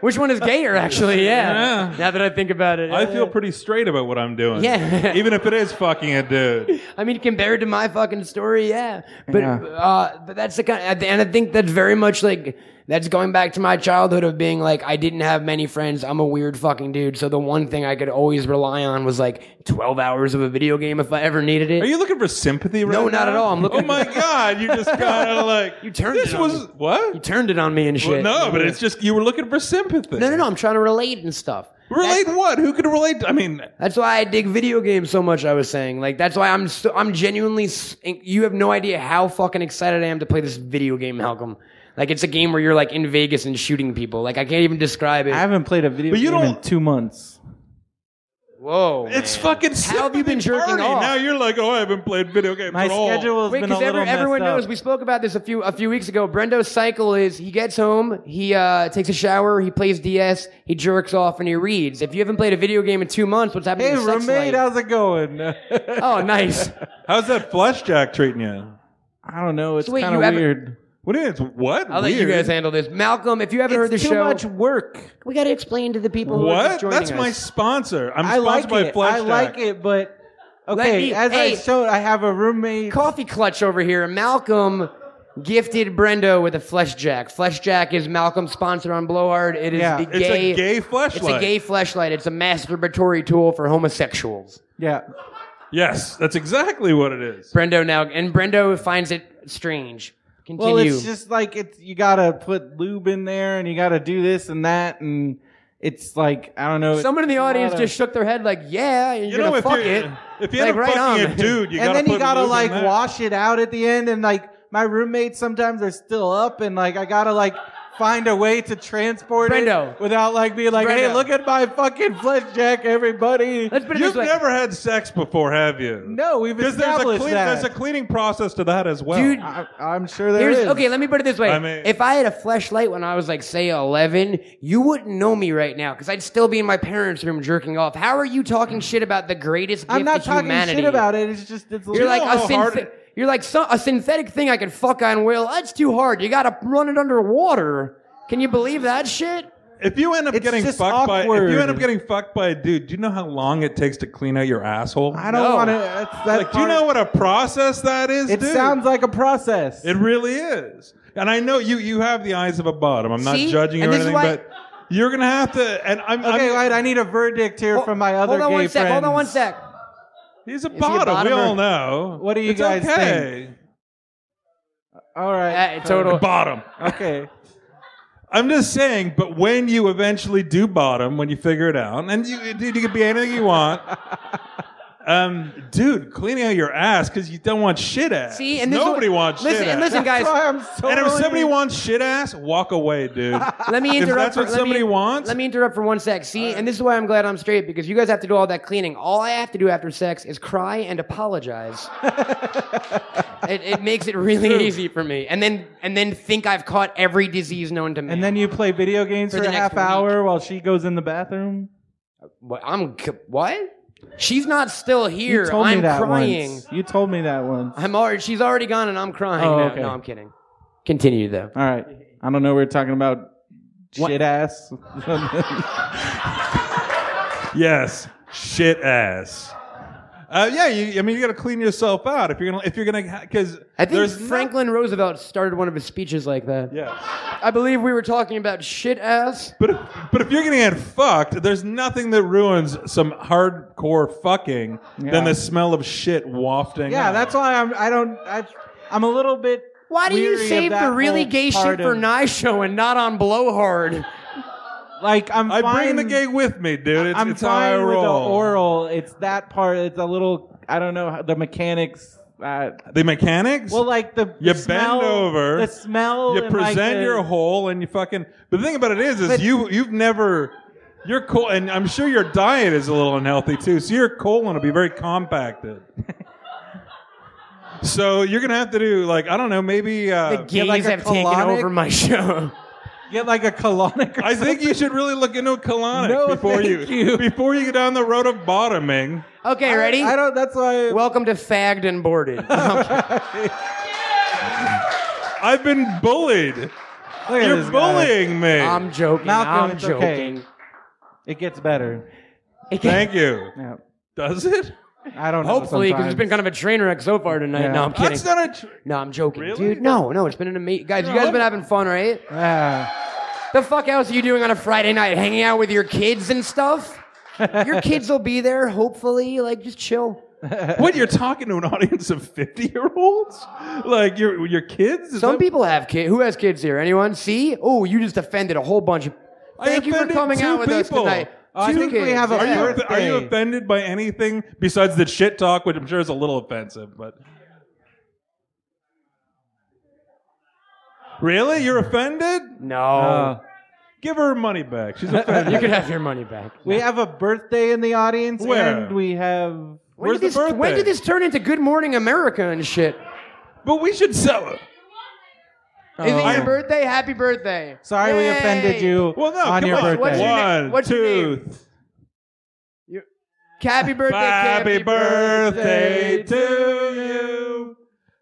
S3: Which one is gayer, actually? Yeah.
S5: Yeah.
S3: Now that I think about it.
S5: I feel pretty straight about what I'm doing.
S3: Yeah.
S5: Even if it is fucking a dude.
S3: I mean, compared to my fucking story, yeah. But
S4: Yeah.
S3: uh, but that's the kind, and I think that's very much like that's going back to my childhood of being like I didn't have many friends. I'm a weird fucking dude. So the one thing I could always rely on was like 12 hours of a video game if I ever needed it.
S5: Are you looking for sympathy right
S3: No, not
S5: now?
S3: at all. I'm looking-
S5: Oh my god, you just kind of like
S3: You turned
S5: This
S3: it on
S5: was
S3: me.
S5: what?
S3: You turned it on me and
S5: Well,
S3: shit.
S5: no, but it's just you were looking for sympathy.
S3: no, no, no. I'm trying to relate and stuff.
S5: Relate what? Who could relate? I mean,
S3: That's why I dig video games so much. I was saying, like, that's why I'm so, I'm genuinely. s- You have no idea how fucking excited I am to play this video game, Malcolm. Like, it's a game where you're like in Vegas and shooting people. Like, I can't even describe it.
S4: I haven't played a video
S5: But you
S4: game in
S5: don't-
S4: two months.
S3: Whoa,
S5: it's fucking.
S3: How have you been
S5: sympathy
S3: jerking
S5: party.
S3: off?
S5: Now you're like, oh, I haven't played video games
S4: My
S5: at all.
S4: schedule has
S3: Wait,
S4: been a
S3: because
S4: little messed
S3: everyone
S4: up.
S3: knows we spoke about this a few a few weeks ago. Brendo's cycle is he gets home, he uh, takes a shower, he plays DS, he jerks off, and he reads. If you haven't played a video game in two months, what's happening?
S4: Hey,
S3: to your sex
S4: roommate,
S3: life?
S4: how's it going?
S3: oh, nice.
S5: How's that flashjack treating you?
S4: I don't know. It's
S3: So wait,
S4: kind of
S3: you haven't-
S4: weird.
S5: What do you mean? It's what?
S3: I'll let you
S5: Weird.
S3: guys handle this. Malcolm, if you haven't heard the
S4: It's too
S3: show,
S4: much work.
S3: we got to explain to the people who are
S5: What?
S3: just joining
S5: That's
S3: us.
S5: my sponsor. I'm
S4: I like
S5: sponsored by
S4: it.
S5: Flashjack.
S4: I like it, but okay.
S3: me-
S4: as
S3: hey.
S4: I showed, I have a roommate.
S3: coffee clutch over here. Malcolm gifted Brendo with a flesh jack. Flesh jack is Malcolm's sponsor on Blowhard. It is
S4: Yeah.
S3: the
S5: It's
S3: gay.
S5: a gay
S3: It's
S5: flashlight.
S3: a gay fleshlight. It's a masturbatory tool for homosexuals.
S4: Yeah,
S5: Yes, that's exactly what it is.
S3: Brendo now, and Brendo finds it strange. Continue.
S4: Well, it's just like it's you gotta put lube in there, and you gotta do this and that, and it's like I don't know.
S3: Someone in the
S4: it's a
S3: audience
S4: lot of-
S3: just shook their head, like, "Yeah, you're
S5: You
S3: gonna
S5: know, if
S3: fuck
S5: you're
S3: it."
S5: if you
S3: Like,
S5: haven't
S3: right
S5: fucking
S3: on.
S5: a dude, you
S4: and
S5: gotta
S4: then you
S5: put
S4: gotta
S5: lube in
S4: like
S5: there.
S4: wash it out at the end, and like my roommates sometimes are still up, and like I gotta like find a way to transport
S3: Brendo.
S4: it without like being like, hey,
S3: Brendo.
S4: look at my fucking flesh jack, everybody.
S3: Let's put it
S5: You've
S3: this way,
S5: never had sex before, have you?
S4: No, we've
S5: Because there's a
S4: established
S5: clean,
S4: that.
S5: there's a cleaning process to that as well.
S3: dude.
S4: I, I'm sure there
S3: Here's,
S4: is.
S3: okay, let me put it this way.
S5: I mean-
S3: if I had a flashlight when I was like, say, 11, you wouldn't know me right now because I'd still be in my parents' room jerking off. How are you talking shit about the greatest gift
S4: I'm not
S3: to
S4: talking
S3: humanity?
S4: shit about it. It's just it's
S3: You're like,
S5: know
S3: a
S5: how hard
S3: synth-
S5: it-
S3: you're like so- a synthetic thing I can fuck on Will. That's too hard. You got to run it underwater. Can you believe that shit?
S5: if you end up
S4: It's
S5: getting
S4: just
S5: fucked by, if
S4: awkward.
S5: you end up getting fucked by a dude, do you know how long it takes to clean out your asshole?
S4: I don't
S3: No.
S4: want to. That's, that's
S5: Like, do you know what a process that is?
S4: It
S5: dude?
S4: sounds like a process.
S5: It really is. And I know you you have the eyes of a bottom. I'm not
S3: See?
S5: judging you
S3: And
S5: or
S3: this is
S5: anything,
S3: why-
S5: but you're gonna have to. And I'm
S4: okay,
S5: I'm,
S4: wait. I need a verdict here from my other
S3: Hold on
S4: gay
S3: one sec.
S4: friends.
S3: Hold on one sec.
S5: He's a
S3: a
S5: bottom. we
S3: bottomer?
S5: all know.
S4: What do you
S5: It's
S4: guys
S5: okay.
S4: All right.
S3: Uh, total.
S5: Bottom.
S4: Okay.
S5: I'm just saying, but when you eventually do bottom, when you figure it out, and you, dude, you can be anything you want. Um, dude, cleaning out your ass because you don't want shit ass.
S3: See, and this is
S5: nobody
S3: what-
S5: wants
S3: listen,
S5: shit
S3: and
S5: ass.
S3: listen, guys.
S4: Sorry, I'm so
S5: and if
S4: lonely.
S5: somebody wants shit ass, walk away, dude.
S3: Let me
S5: If
S3: interrupt.
S5: that's what
S3: for, let me-
S5: somebody wants-
S3: Let me interrupt for one sec. See, and this is why I'm glad I'm straight because you guys have to do all that cleaning. All I have to do after sex is cry and apologize. it, it makes it really easy for me, and then and then think I've caught every disease known to man.
S4: And then you play video games
S3: For
S4: for,
S3: the
S4: a
S3: next
S4: half
S3: week.
S4: hour while she goes in the bathroom.
S3: What, I'm c- what? She's not still here.
S4: You told
S3: I'm
S4: me that
S3: crying.
S4: once. You told me that once.
S3: I'm already. She's already gone, and I'm crying.
S4: Oh,
S3: now.
S4: okay.
S3: No, I'm kidding. Continue though.
S4: All right. I don't know. We're talking about
S3: What?
S4: shit ass.
S5: yes, shit ass. Uh, yeah, you, I mean, you got to clean yourself out if you're gonna if you're gonna because
S3: I think
S5: there's not-
S3: Franklin Roosevelt started one of his speeches like that.
S5: yeah.
S3: I believe we were talking about shit ass.
S5: But if, but if you're gonna get fucked, there's nothing that ruins some hardcore fucking
S4: Yeah.
S5: than the smell of shit wafting.
S4: yeah,
S5: out.
S4: that's why I'm. I don't. I, I'm a little bit.
S3: Why do you
S4: weary of
S3: save the
S4: that
S3: really
S4: whole
S3: gay shit
S4: part
S3: for
S4: of-
S3: Nye Show and not on Blowhard?
S4: Like I'm.
S5: I
S4: fine,
S5: bring the gay with me, dude. It's,
S4: I'm
S5: it's how I
S4: fine with the
S5: roll.
S4: oral. It's that part. It's a little. I don't know how- the mechanics. Uh,
S5: The mechanics.
S4: well, like the
S5: You
S4: the
S5: bend
S4: smell,
S5: over,
S4: The smell.
S5: you
S4: and, like,
S5: present
S4: the-
S5: your hole and you fucking. But the thing about it is, is
S4: But-
S5: you you've never. Your col and I'm sure your diet is a little unhealthy too, so your colon will be very compacted. so you're gonna have to do like I don't know, maybe
S3: The
S5: uh,
S3: gays
S4: like a
S3: have taken
S4: colonic?
S3: over my show.
S4: Get like a colonic. Or
S5: I think you should really look into a colonic
S4: No,
S5: before
S4: thank you.
S5: before you go down the road of bottoming.
S3: Okay, ready?
S4: I don't. That's why.
S3: Welcome to Fagged and Boarded. Okay.
S5: I've been bullied.
S4: Look at this
S5: You're
S4: guy.
S5: bullying me.
S3: I'm joking.
S4: Malcolm,
S3: I'm
S4: it's okay.
S3: joking.
S4: It gets better.
S5: Thank you.
S4: Yeah.
S5: Does it?
S4: I don't know.
S3: Hopefully, because it's been kind of a train wreck so far tonight.
S4: Yeah.
S3: No, I'm kidding.
S5: That's not a. Tr-
S3: no, I'm joking,
S5: Really?
S3: dude. No, no, it's been an amazing. Guys, you guys have been having fun, right?
S4: Yeah.
S3: The fuck else are you doing on a Friday night? Hanging out with your kids and stuff? Your kids will be there, hopefully. Like, just chill.
S5: what you're talking to an audience of 50 year olds like your your kids Is
S3: Some
S5: that-
S3: people have kids. Who has kids here? Anyone? See? Oh, you just offended a whole bunch of.
S5: I
S3: Thank you for
S5: offended
S3: coming
S5: two
S3: out with us
S5: people.
S3: tonight.
S4: I
S3: Two
S4: think we
S3: kids,
S4: have a
S5: are you
S4: birthday.
S5: are you offended by anything besides the shit talk which i'm sure is a little offensive but really you're offended
S3: No,
S4: Uh,
S5: give her her money back she's offended
S3: you could have your money back.
S4: we have a birthday in the audience,
S5: Where?
S4: and we have.
S3: When
S5: where's
S3: did this,
S5: the birthday
S3: When did this turn into Good Morning America and shit?
S5: but we should sell it
S3: Is it
S5: I-
S3: your birthday? Happy birthday!
S4: Sorry, we
S3: Yay.
S4: offended you
S5: well no
S4: on
S5: come
S4: your
S5: on.
S4: birthday.
S3: What's your name?
S5: One,
S3: What's your
S5: two,
S3: name? Happy birthday!
S5: Happy
S3: Cappy.
S5: birthday to you.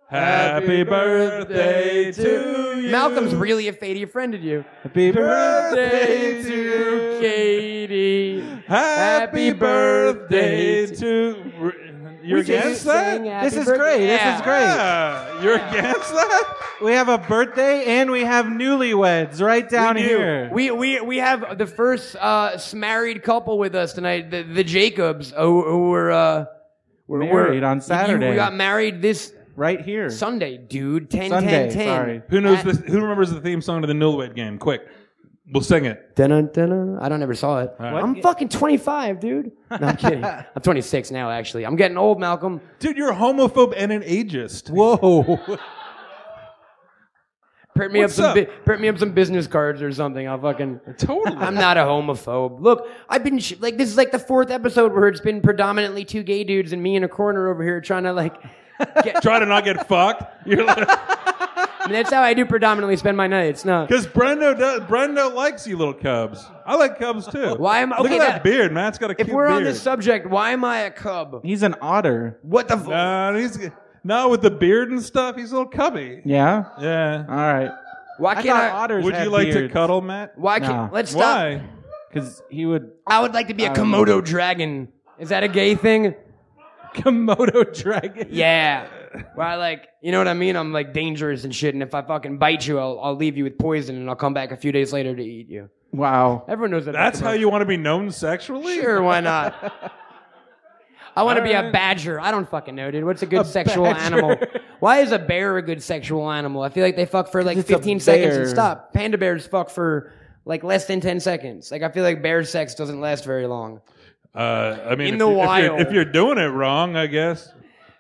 S5: Happy birthday to you.
S3: Malcolm's really a fatty friended you.
S4: Happy
S5: birthday
S4: birthday to
S5: to
S3: Katie.
S5: Happy
S3: Happy
S5: birthday
S3: birthday
S5: to. You're
S3: Would you
S5: against
S3: sing
S5: that?
S3: happy
S4: This is
S3: birthday?
S4: great. This is
S3: Yeah.
S4: great.
S5: Yeah. You're against that?
S4: We have a birthday and we have newlyweds right down
S5: We do.
S4: here.
S3: We, we, we have the first uh, married couple with us tonight, the, the Jacobs, who, who were, uh, were
S4: Married
S3: were-
S4: on
S3: you-
S4: Saturday.
S3: we got married this
S4: right here.
S3: Sunday, dude. 10
S4: Sunday,
S3: 10 10.
S4: sorry.
S5: Who knows this? Who remembers the theme song to the Newlywed Game? Quick, we'll sing it.
S3: Dun-dun, dun-dun. I don't ever saw it.
S5: right.
S3: I'm fucking 25, dude. No, I'm kidding. I'm 26 now, actually. I'm getting old, Malcolm.
S5: Dude, you're a homophobe and an ageist.
S4: Whoa.
S3: Print me
S5: What's
S3: up some
S5: up?
S3: bi- print me up some business cards or something. I'll fucking
S5: Totally.
S3: I'm not a homophobe. Look, I've been sh- like this is like the fourth episode where it's been predominantly two gay dudes and me in a corner over here trying to like. Get,
S5: Try to not get fucked. You're like,
S3: I mean, that's how I do predominantly spend my nights. No,
S5: because Brendo does, Brendo likes you, little Cubs. I like Cubs too.
S3: Why am-
S5: Look
S3: okay,
S5: at that,
S3: that-
S5: beard, Matt's got a
S3: if
S5: cute
S3: we're
S5: beard.
S3: on this subject, why am I a cub?
S4: He's an otter.
S3: What the? F-
S5: No, he's no with the beard and stuff. He's a little cubby.
S4: Yeah?
S5: Yeah.
S4: All right.
S3: why
S4: I
S3: can't
S4: thought
S3: I?
S4: otters
S5: Would you like to cuddle, Matt?
S3: why can't?
S4: Nah.
S3: Let's stop.
S5: Why?
S4: Because he would.
S3: I would like to be a Komodo dragon. Is that a gay thing?
S4: Komodo dragon.
S3: Yeah. Where I like, you know what I mean? I'm like dangerous and shit. And if I fucking bite you, I'll, I'll leave you with poison, and I'll come back a few days later to eat you.
S4: Wow.
S3: Everyone knows that. about
S5: That's how
S3: Komodo.
S5: you want to be known sexually?
S3: Sure, why not? I want to be a
S5: Alright.
S3: badger. I don't fucking know, dude. What's a good
S4: A
S3: sexual
S4: badger.
S3: animal? Why is a bear a good sexual animal? I feel like they fuck for like
S4: It's a
S3: 15 seconds
S4: bear.
S3: and stop. Panda bears fuck for like less than 10 seconds. Like I feel like bear sex doesn't last very long.
S5: Uh, I
S3: In
S5: mean, if,
S3: the
S5: you- if you're-
S3: wild.
S5: if you're doing it wrong, I guess.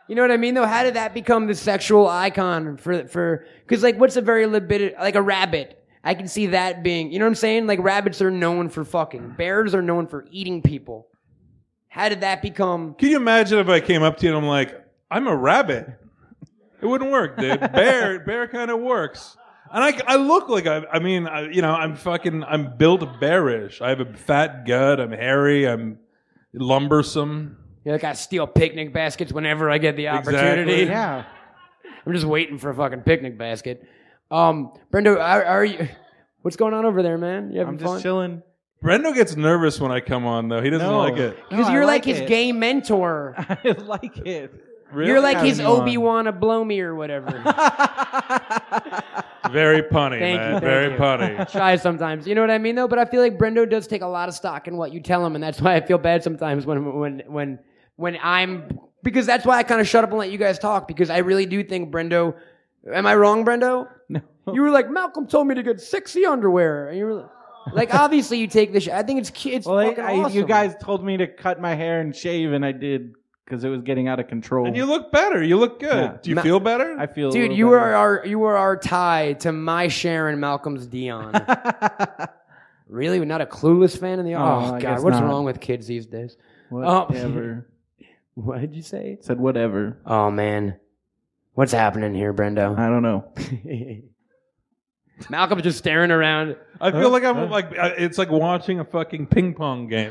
S3: You know what I mean, though. How did that become the sexual icon for for? Because like, what's a very libid like a rabbit? I can see that being. You know what I'm saying? Like rabbits are known for fucking. Bears are known for eating people. How did that become?
S5: Can you imagine if I came up to you and I'm like, I'm a rabbit? It wouldn't work, dude. Bear, bear kind of works. And I, I look like I, I mean, I, you know, I'm fucking, I'm built bearish. I have a fat gut. I'm hairy. I'm lumbersome.
S3: You're like I steal picnic baskets whenever I get the
S5: Exactly.
S3: opportunity.
S4: Yeah.
S3: I'm just waiting for a fucking picnic basket. Um, Brendo, are, are you? What's going on over there, man? You having
S4: I'm
S3: fun?
S4: just chilling.
S5: Brendo gets nervous when I come on, though. He doesn't
S4: No.
S5: like it.
S3: Because
S4: No, I
S3: you're like, his
S4: it.
S3: gay mentor.
S4: I like it.
S5: Really?
S3: You're like his
S4: having you on.
S3: Obi Wan Ablomi or whatever.
S5: very punny,
S3: Thank
S5: man.
S3: you, thank
S5: very
S3: you.
S5: punny.
S3: shy sometimes. You know what I mean, though. But I feel like Brendo does take a lot of stock in what you tell him, and that's why I feel bad sometimes when when when when I'm because that's why I kind of shut up and let you guys talk because I really do think Brendo. Am I wrong, Brendo? No. You were like Malcolm told me to get sexy underwear, and you were like, obviously you take this. Sh- I think it's cu- it's
S4: Well, I,
S3: fucking
S4: I-
S3: awesome.
S4: you guys told me to cut my hair and shave, and I did because it was getting out of control.
S5: And you look better. You look good.
S4: Yeah.
S5: Do you
S3: Ma-
S5: feel better?
S4: I feel, a
S3: Dude,
S4: little
S3: you
S4: better.
S3: are our you are our tie to my Sharon Malcolm's Dion. really, not a clueless fan in the oh,
S4: I
S3: god,
S4: guess
S3: what's
S4: not.
S3: wrong with kids these days?
S4: whatever.
S3: What did you say?
S4: Said whatever.
S3: Oh man, what's happening here, Brendo?
S4: I don't know.
S3: Malcolm's just staring around.
S5: I feel like I'm like uh, it's like watching a fucking ping pong game.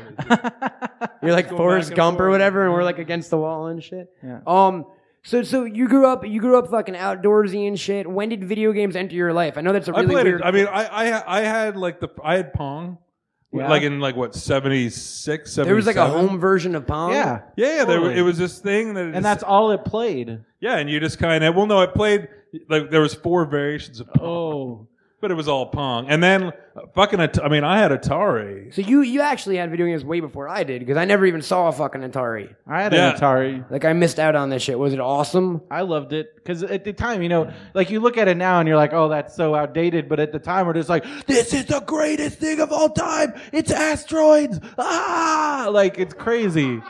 S3: You're like Forrest
S5: and
S3: Gump or
S5: forth.
S3: whatever, and we're like against the wall and shit.
S4: Yeah.
S3: Um. So so you grew up you grew up fucking outdoorsy and shit. When did video games enter your life? I know that's a
S5: I
S3: really
S5: played
S3: weird.
S5: it. I mean, I, I I had like the I had Pong,
S4: Yeah.
S5: like in like what 76, 77?
S3: there was like a home version of Pong.
S4: Yeah,
S5: Yeah, yeah, there,
S4: Totally.
S5: it was this thing that, it
S4: and
S5: just-
S4: that's all it played.
S5: yeah, and you just kind of well, no, I played like there was four variations of Pong,
S4: Oh,
S5: but it was all Pong, and then uh, fucking At- I mean, I had Atari.
S3: So you you actually had video games way before I did because I never even saw a fucking Atari.
S4: I had
S5: Yeah.
S4: an Atari.
S3: Like I missed out on this shit. Was it awesome?
S4: I loved it because at the time, you know, like you look at it now and you're like, "Oh, that's so outdated," but at the time, we're just like, "This is the greatest thing of all time! It's asteroids! Ah, like it's crazy."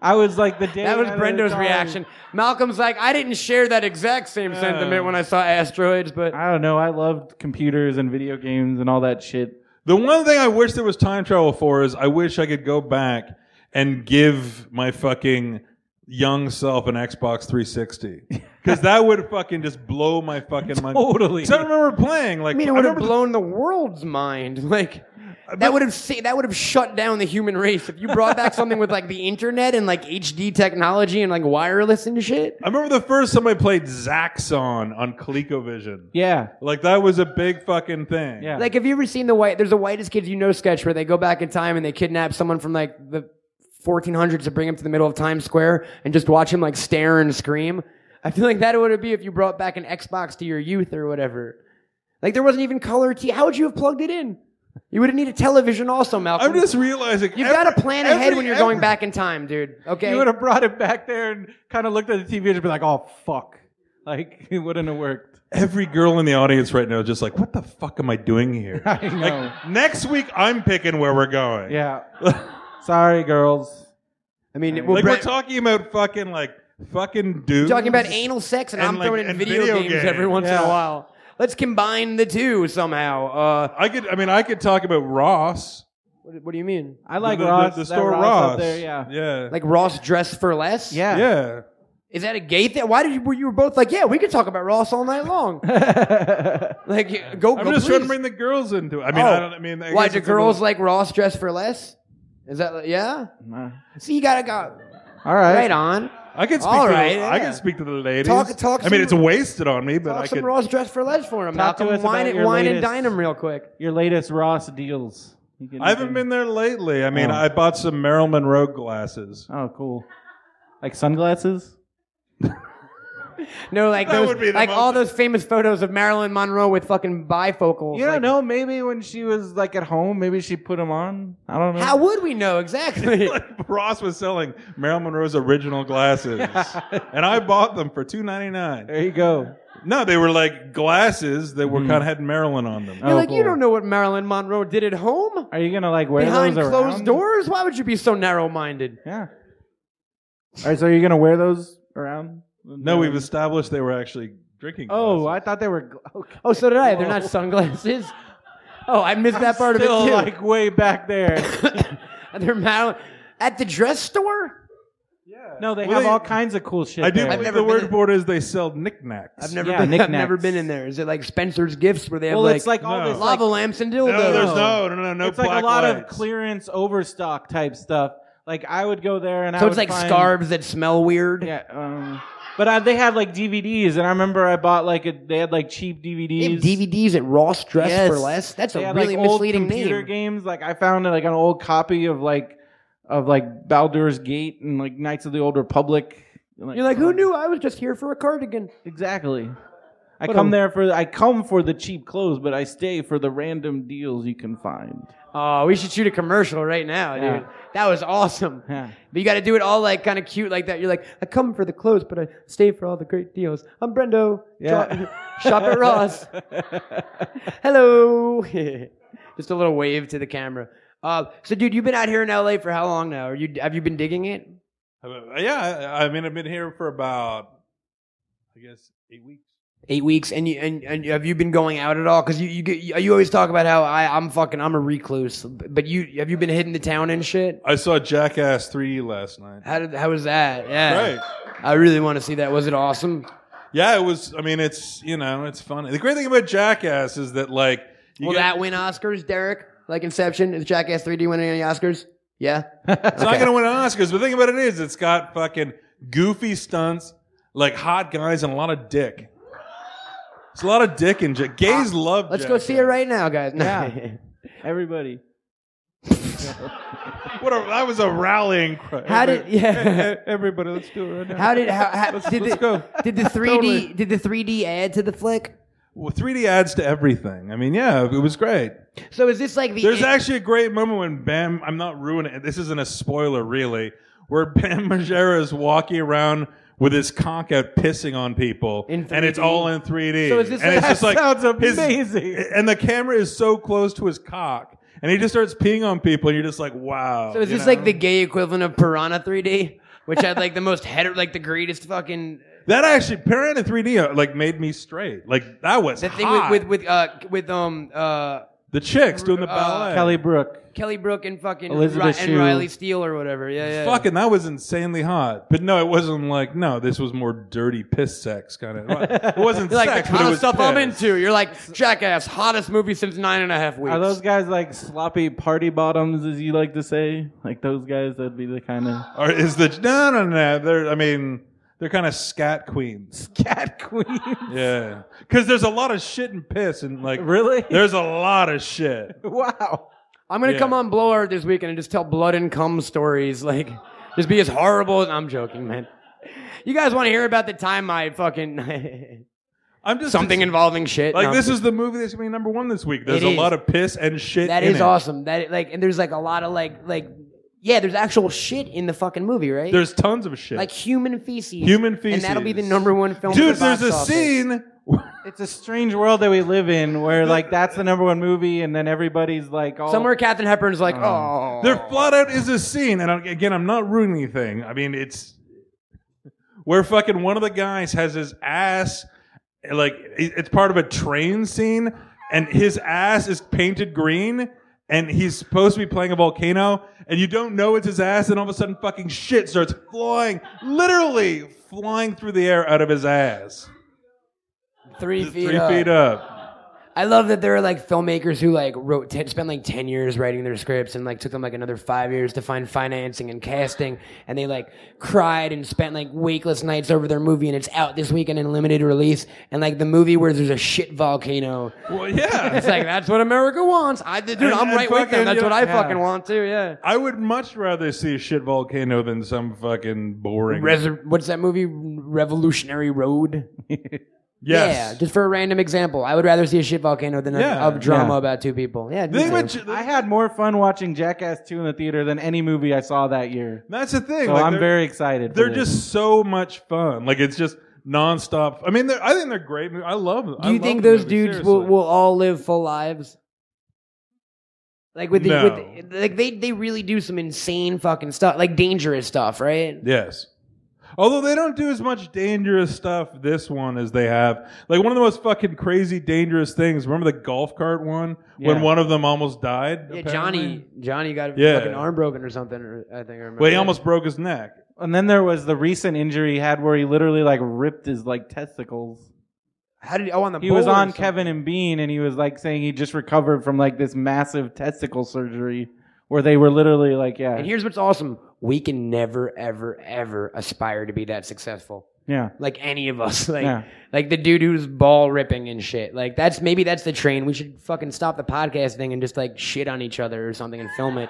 S4: I was like the day
S3: That was
S4: I had an
S3: Brendo's
S4: Atari-
S3: reaction. Malcolm's like, I didn't share that exact same sentiment when I saw asteroids, but
S4: I don't know. I loved computers and video games and all that shit.
S5: The one thing I wish there was time travel for is I wish I could go back and give my fucking young self an Xbox 360 because that would fucking just blow my fucking mind.
S4: Totally.
S5: 'Cause I remember playing like
S3: I mean, it would have
S5: remember the
S3: blown the world's mind. Like that would have sa- that would have shut down the human race if you brought back something with like the internet and like HD technology and like wireless and shit.
S5: I remember the first time I played Zaxxon on ColecoVision.
S4: Yeah,
S5: Like that was a big fucking thing.
S4: yeah.
S3: Like, have you ever seen the white? There's a whitest kids you know sketch where they go back in time and they kidnap someone from like the 1400s to bring him to the middle of Times Square and just watch him like stare and scream. I feel like that would it be if you brought back an Xbox to your youth or whatever. Like there wasn't even color T. How would you have plugged it in? You would have needed television also, Malcolm.
S5: I'm just realizing
S3: You've
S5: every-
S3: got to plan ahead
S5: every-
S3: when you're going
S5: every-
S3: back in time, dude. Okay.
S4: You would have brought it back there and kind of looked at the TV and just be like, "Oh fuck!" Like it wouldn't have worked.
S5: Every girl in the audience right now is just like, what the fuck am I doing here?
S4: I know.
S5: Like next week, I'm picking where we're going.
S4: yeah. Sorry, girls.
S3: I mean, well,
S5: Like
S3: Brent-
S5: we're talking about fucking like fucking dudes.
S3: talking about anal sex, and,
S5: And,
S3: I'm
S5: like,
S3: throwing in
S5: and
S3: video,
S5: video
S3: games,
S5: games.
S3: every once in
S4: Yeah.
S3: a while. Let's combine the two somehow. Uh,
S5: I could. I mean, I could talk about Ross.
S3: what, what do you mean?
S4: I like
S5: the, the-
S4: Ross.
S5: the
S4: that
S5: store
S4: Ross.
S5: Ross.
S4: Up there, yeah.
S5: Yeah.
S3: Like Ross dressed for less?
S4: Yeah.
S5: yeah.
S3: Is that a gay thing? Why did you were you were both like, yeah, we could talk about Ross all night long. like go,
S5: I'm
S3: go
S5: just
S3: please.
S5: trying to bring the girls into it. I mean,
S3: Oh.
S5: I don't. I mean, I
S3: Why
S5: guess
S3: do
S5: it's a
S3: girls
S5: little-
S3: like Ross dressed for less? Is that like- yeah?
S4: Nah.
S3: See, you gotta go
S4: All right.
S3: right on.
S5: I can speak.
S3: All
S5: to
S3: right,
S5: the, I
S3: yeah.
S5: can speak to the ladies.
S3: Talk- talk
S5: I mean,
S3: some-
S5: it's wasted on me, but
S3: Talk
S5: I
S3: some
S5: could.
S3: Ross dressed for less for him,
S4: Talk to
S3: Malcolm.
S4: us
S3: Wine
S4: about
S3: and
S4: your
S3: wine and
S4: latest-
S3: dine him real quick.
S4: Your latest Ross deals. You can-
S5: I haven't
S4: you
S5: been
S4: can-
S5: there lately. I mean,
S4: Oh.
S5: I bought some
S3: Oh.
S5: Marilyn Monroe glasses.
S4: Oh, cool. Like sunglasses.
S3: No, like
S5: That
S3: those,
S5: would be the
S3: like all
S5: most-
S3: those famous photos of Marilyn Monroe with fucking bifocals.
S4: You don't
S3: like,
S4: know. Maybe when she was like at home, maybe she put them on. I don't know.
S3: How would we know exactly?
S5: Ross was selling Marilyn Monroe's original glasses, and I bought them for two ninety nine.
S4: there you go.
S5: No, they were like glasses that were
S4: Hmm.
S5: kind of had Marilyn on them.
S3: You're like,
S4: Oh, boy.
S3: you don't know what Marilyn Monroe did at home
S4: Are you gonna like wear
S3: behind
S4: those
S3: closed
S4: around?
S3: doors. Why would you be so narrow-minded?
S4: Yeah. All right. So are you gonna wear those around?
S5: No, we've established they were actually drinking.
S4: Oh,
S5: glasses.
S4: I thought they were. gl- Okay.
S3: Oh, so did I. They're not sunglasses. Oh, I missed that part
S4: Still
S3: of it too.
S4: like way back there.
S3: They're Marilyn at the dress store.
S4: No, they
S5: Well,
S4: have
S5: they-
S4: all kinds of cool shit.
S5: I do
S4: there.
S5: believe
S3: never
S5: the
S3: been
S5: word
S3: in-
S5: board is they sell knickknacks.
S3: I've never
S4: Yeah,
S3: been. I've
S4: knickknacks.
S3: never been in there. Is it like Spencer's Gifts where they have
S4: Well,
S3: like,
S4: it's like all
S5: No.
S4: this. Like,
S3: lava lamps and dildos?
S5: no, there's no, no, no, no.
S4: it's like
S5: black
S4: a lot of
S5: lights.
S4: clearance overstock type stuff. Like I would go there and I
S3: So
S4: would
S3: it's like
S4: find,
S3: scarves that smell weird.
S4: Yeah. Um, but I, they had like DVDs, and I remember I bought like a, they had like cheap
S3: They
S4: DVDs.
S3: have DVDs at Ross Dress
S4: Yes.
S3: for Less. That's
S4: They
S3: a
S4: had,
S3: really
S4: like, old
S3: misleading
S4: computer
S3: name.
S4: games. Like I found like an old copy of like of like Baldur's Gate and like Knights of the Old Republic. um,
S3: You're like, who knew? I was just here for a cardigan.
S4: exactly? I
S3: But,
S4: come
S3: um,
S4: there for I come for the cheap clothes, but I stay for the random deals you can find.
S3: Oh, we should shoot a commercial right now,
S4: Yeah.
S3: dude. That was awesome.
S4: Yeah.
S3: But you got to do it all like kind of cute like that. You're like, I come for the clothes, but I stay for all the great deals. I'm Brendo.
S4: Yeah.
S3: Shop, shop at Ross. Hello. Just a little wave to the camera. Uh, so, dude, you've been out here in LA for how long now? Are you have you been digging it?
S5: Uh, Yeah, I I mean, I've been here for about, I guess, eight weeks.
S3: Eight weeks, and you and, and have you been going out at all? Because you you get, you always talk about how I I'm fucking I'm a recluse, but you have you been hitting the town and shit?
S5: I saw Jackass 3 last night.
S3: How did how was that? Yeah,
S5: Right.
S3: I really want to see that. Was it awesome?
S5: Yeah, it was. I mean, it's you know, it's funny. The great thing about Jackass is that like, you
S3: Will
S5: get-
S3: that win Oscars, Derek? Like Inception, is Jackass 3D winning any Oscars? Yeah.
S5: it's not going to win an Oscars. But the thing about it is, it's got fucking goofy stunts, like hot guys, and a lot of dick. It's a lot of dick and ja- gays love.
S3: Ah, Let's go see it right now, guys.
S4: Yeah. Everybody.
S5: now. What a, that was a rallying cry.
S3: How did yeah?
S5: everybody? Let's do it right now.
S3: How did how, how did
S5: let's
S3: the
S5: go.
S3: did the 3D
S5: Totally.
S3: did the 3D add to the flick?
S5: Well, 3D adds to everything. I mean, yeah, it was great.
S3: So is this like the
S5: There's actually a great moment when Bam, I'm not ruining it. This isn't a spoiler, really, where Bam Margera is walking around with his conch out pissing on people.
S3: In
S5: and it's
S3: 3D?
S5: all in 3D.
S3: So is this
S5: and
S3: like-
S4: That sounds
S5: his-
S4: amazing.
S5: and the camera is so close to his cock. And he just starts peeing on people, and you're just like, wow.
S3: So is
S5: you
S3: this
S5: know?
S3: like the gay equivalent of Piranha 3D, which had like the most header, like the greatest fucking
S5: that actually Piranha 3D uh, like made me straight. Like that was
S3: the thing
S5: hot.
S3: with with Uh, with, uh, with um uh,
S5: the chicks doing the ballet.
S4: Kelly Brook.
S3: Kelly Brook and fucking
S4: Elizabeth
S3: Ri- and
S4: Shue.
S3: Riley Steele or whatever. Yeah, yeah.
S5: Fucking, that was insanely hot. But no, it wasn't like no. This was more dirty piss sex kind of. It wasn't
S3: You're like
S5: sex,
S3: the
S5: but
S3: kind
S5: it
S3: of
S5: was
S3: stuff I'm
S5: piss.
S3: into. You're like Jackass, hottest movie since nine and a half weeks.
S4: Are those guys like sloppy party bottoms, as you like to say? Like those guys, that'd be the kind of
S5: Or is the no, no, no? They're, I mean, they're kind of scat queens.
S4: cat queen.
S5: Yeah, because there's a lot of shit and piss and like
S4: Really?
S5: there's a lot of shit.
S4: Wow.
S3: I'm gonna
S5: Yeah.
S3: come on Blow Art this weekend and just tell blood and cum stories. Like, just be as horrible as I'm joking, man. You guys want to hear about the time I fucking
S5: I'm just
S3: something involving shit?
S5: like
S3: No.
S5: this is the movie that's gonna be number one this week. There's
S3: It
S5: a
S3: is.
S5: lot of piss and shit.
S3: That
S5: in
S3: is
S5: it.
S3: awesome. That like, and there's like a lot of like, like, yeah, there's actual shit in the fucking movie, right?
S5: There's tons of shit.
S3: like human feces.
S5: Human feces.
S3: And that'll be the number one film.
S5: Dude,
S3: at the box
S5: there's a
S3: office.
S5: scene.
S4: It's a strange world that we live in, where like that's the number one movie, and then everybody's like, all,
S3: somewhere. Catherine Hepburn's like, oh,
S5: There flat out is a scene, and I- again, I'm not ruining anything. I mean, it's where fucking one of the guys has his ass, like it- it's part of a train scene, and his ass is painted green, and he's supposed to be playing a volcano, and you don't know it's his ass, and all of a sudden, fucking shit starts flying, literally flying through the air out of his ass,
S3: three feet.
S5: three
S3: up.
S5: feet up.
S3: I love that there are like filmmakers who like wrote ten, spent like ten years writing their scripts and like took them like another five years to find financing and casting and they like cried and spent like wakeless nights over their movie and it's out this weekend in limited release and like the movie where there's a shit volcano.
S5: Well, yeah.
S3: It's like that's what America wants. I dude, I'm
S5: and
S3: right with
S5: fucking,
S3: them. That's
S5: you
S3: what
S5: know,
S3: I
S5: yeah.
S3: fucking want too. Yeah.
S5: I would much rather see a shit volcano than some fucking boring.
S3: Res- what's that movie? Revolutionary Road. Yeah,
S5: yes.
S3: just for a random example, I would rather see a shit volcano than a,
S5: Yeah,
S3: a drama
S4: yeah.
S3: about two people. Yeah, me
S5: They
S3: too.
S5: would ju-
S4: I had more fun watching Jackass 2 in the theater than any movie I saw that year.
S5: that's the thing.
S4: So
S5: like,
S4: I'm
S5: they're-
S4: very excited. for
S5: They're
S4: this.
S5: just so much fun. Like it's just nonstop. I mean, they're, I think they're great. mov- I love them.
S3: Do you think those dudes will, will all live full lives? Like with, the, with the- like they they really do some insane fucking stuff, like dangerous stuff, right?
S5: Yes. Although they don't do as much dangerous stuff this one as they have. Like one of the most fucking crazy dangerous things. Remember the golf cart one when
S4: Yeah.
S5: one of them almost died?
S3: Yeah,
S5: apparently?
S3: Johnny Johnny got a
S5: Yeah.
S3: fucking arm broken or something. Or, I think I remember.
S5: Well, he
S3: that.
S5: almost broke his neck.
S4: And then there was the recent injury he had where he literally like ripped his like testicles.
S3: how did he, oh on the
S4: He was
S3: bowl or
S4: on
S3: something.
S4: Kevin and Bean and he was like saying he just recovered from like this massive testicle surgery where they were literally like yeah.
S3: And here's what's awesome: we can never, ever, ever aspire to be that successful.
S4: yeah.
S3: like any of us like
S4: Yeah.
S3: like the dude who's ball ripping and shit like that's maybe that's the train we should fucking stop the podcast thing and just like shit on each other or something and film it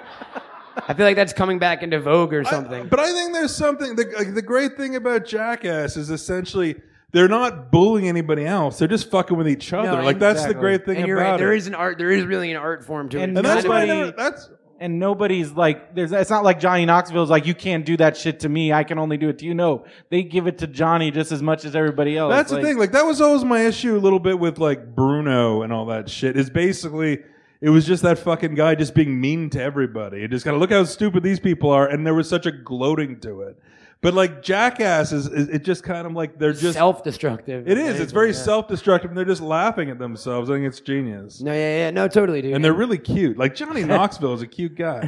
S3: i feel like that's coming back into vogue or something
S5: But I think there's something. The, like, the great thing about Jackass is essentially they're not bullying anybody else. They're just fucking with each other. like that's the
S4: exactly.
S5: great thing
S3: and you're
S5: about
S3: right
S5: it.
S3: there is an art there is really an art form to it
S4: And
S5: and that's why I
S4: Nobody-
S5: never- that's
S4: And nobody's like there's it's not like Johnny Knoxville's like you can't do that shit to me. I can only do it to you. No. They give it to Johnny just as much as everybody else.
S5: That's
S4: Like,
S5: the thing. Like that was always my issue a little bit with like Bruno and all that shit. Is basically it was just that fucking guy just being mean to everybody. It just kind of look how stupid these people are, and there was such a gloating to it. But like Jackass is, is it just kind of like they're just
S3: self-destructive
S5: it is. It's very self-destructive. and They're just laughing at themselves. I think it's genius.
S3: no yeah yeah no totally dude
S5: And they're really cute. Like Johnny Knoxville is a cute guy.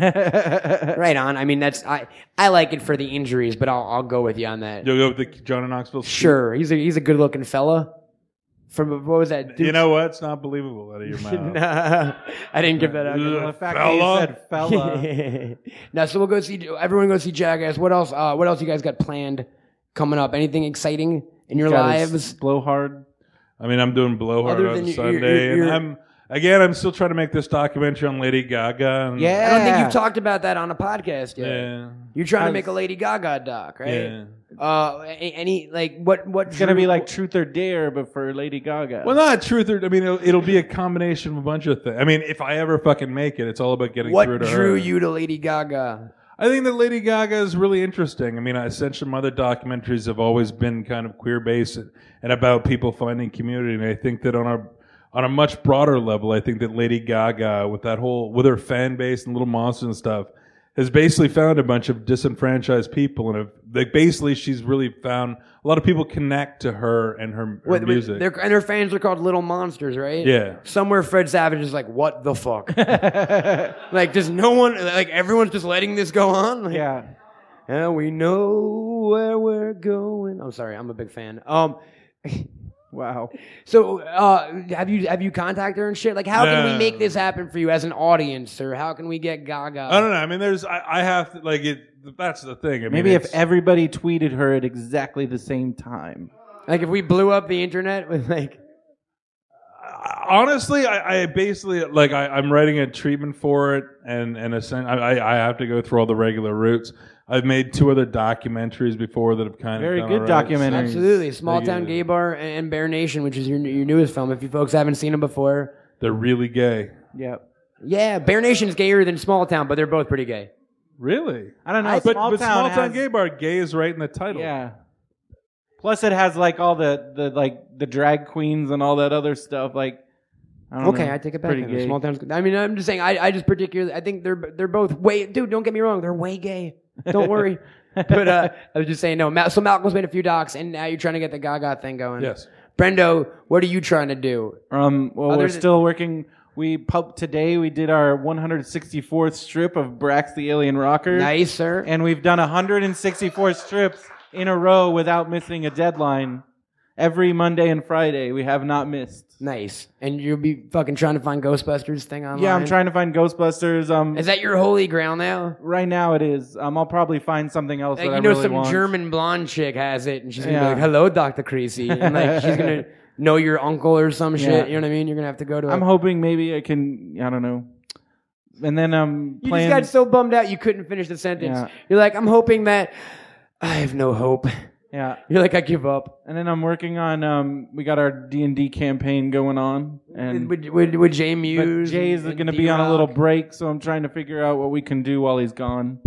S3: right on i mean that's i i like it for the injuries but i'll i'll go with you on that
S5: You'll go with the Johnny Knoxville.
S3: sure he's a he's a good looking fella from what was that dude
S5: You know what? It's not believable out of your mouth.
S3: Nah, I didn't give that out.
S5: Ugh.
S4: The fact
S5: Fella.
S4: that you said fella.
S3: no, so we'll go see. Everyone go see Jackass. What else? Uh, what else you guys got planned coming up? Anything exciting in your
S4: Got his
S3: lives?
S4: blow hard.
S5: I mean, I'm doing blowhard
S3: Other
S5: on
S3: than your- your-
S5: Sunday,
S3: your-
S5: and I'm again, I'm still trying to make this documentary on Lady Gaga. And,
S3: I don't think
S4: Yeah.
S3: you've talked about that on a podcast yet.
S5: yeah,
S3: You're trying to
S4: I've-
S3: make a Lady Gaga doc, right?
S5: yeah.
S3: Uh, a- any like what? What?
S4: It's gonna be like truth or dare, but for Lady Gaga.
S5: Well, not truth or I mean, it'll, it'll be a combination of a bunch of things. I mean, if I ever fucking make it, it's all about getting
S3: What
S5: through to
S3: drew
S5: her.
S3: you to Lady Gaga?
S5: I think that Lady Gaga is really interesting. I mean, essentially, my other documentaries have always been kind of queer based and, and about people finding community. And I think that on a on a much broader level, I think that Lady Gaga, with that whole with her fan base and Little Monsters and stuff, has basically found a bunch of disenfranchised people, and have, like basically, she's really found a lot of people connect to her and her, her
S3: What- what-
S5: music.
S3: they're- and her fans are called Little Monsters, right?
S5: Yeah.
S3: Somewhere Fred Savage is like, "What the fuck?" like, does no one like everyone's just letting this go on? Like,
S4: yeah.
S3: And we know where we're going. I'm sorry, I'm a big fan. Um,
S4: Wow.
S3: so uh, have you have you contacted her and shit? Like, how can we
S5: No.
S3: make this happen for you as an audience, or how can we get Gaga?
S5: I don't know. I mean, there's I, I have to, like it. That's the thing. I mean,
S4: Maybe if
S5: it's-
S4: everybody tweeted her at exactly the same time.
S3: Like, if we blew up the internet with like,
S5: honestly, I, I basically like I, I'm writing a treatment for it, and and a sen- I, I- I have to go through all the regular routes. I've made two other documentaries before that have kind
S4: Very
S5: of done
S4: good
S5: all
S4: documentary.
S3: absolutely, Small
S5: Thank you.
S3: Town Gay Bar and Bear Nation, which is your your newest film. If you folks haven't seen them before,
S5: So they're really gay.
S4: Yep.
S3: yeah, Bear Nation's gayer than Small Town, but they're both pretty gay.
S5: Really?
S4: I don't know.
S5: but
S4: small
S5: but
S4: town
S5: small town
S4: has-
S5: gay bar gay is right in the title.
S4: Yeah. Plus, it has like all the the like the drag queens and all that other stuff. Like, I
S5: Mm-hmm.
S4: don't
S3: Okay,
S4: know.
S3: I take it back.
S4: Pretty
S3: then.
S4: gay.
S3: Small towns. I mean, I'm just saying. I, I just particularly. I think they're they're both way. Dude, don't get me wrong. They're way gay. Don't worry. but uh, I was just saying no. Mal- so Malcolm's made a few docs, and now you're trying to get the Gaga thing going.
S5: Yes.
S3: Brendo, what are you trying to do?
S4: Um. Well,
S3: Other
S4: we're
S3: than-
S4: still working. We pub today. We did our 164th strip of Brax the Alien Rocker.
S3: Nice, sir.
S4: And we've done 164 strips in a row without missing a deadline. every Monday and Friday. We have not missed.
S3: Nice. And you'll be fucking trying to find Ghostbusters thing online.
S4: Yeah, I'm trying to find Ghostbusters. Um,
S3: Is that your holy grail now?
S4: right now it is. Um, I'll probably find something else
S3: Like, Uh,
S4: that
S3: you
S4: I
S3: know,
S4: really
S3: some
S4: want.
S3: German blonde chick has it, and she's gonna
S4: Yeah.
S3: be like, "Hello, Doctor Creasy," and like she's gonna know your uncle or some shit.
S4: Yeah.
S3: You know what I mean? You're gonna have to go to. a-
S4: I'm hoping maybe I can. I don't know. And then um,
S3: you
S4: plan.
S3: just got so bummed out you couldn't finish the sentence.
S4: Yeah.
S3: You're like, "I'm hoping that I have no hope."
S4: yeah,
S3: You're like, "I give up."
S4: and then I'm working on. Um, we got our D and D campaign going on, and
S3: Would would, would Jay
S4: but
S3: Muse?
S4: Jay's
S3: and- and
S4: going to be on a
S3: D-Rock?
S4: little break, so I'm trying to figure out what we can do while he's gone.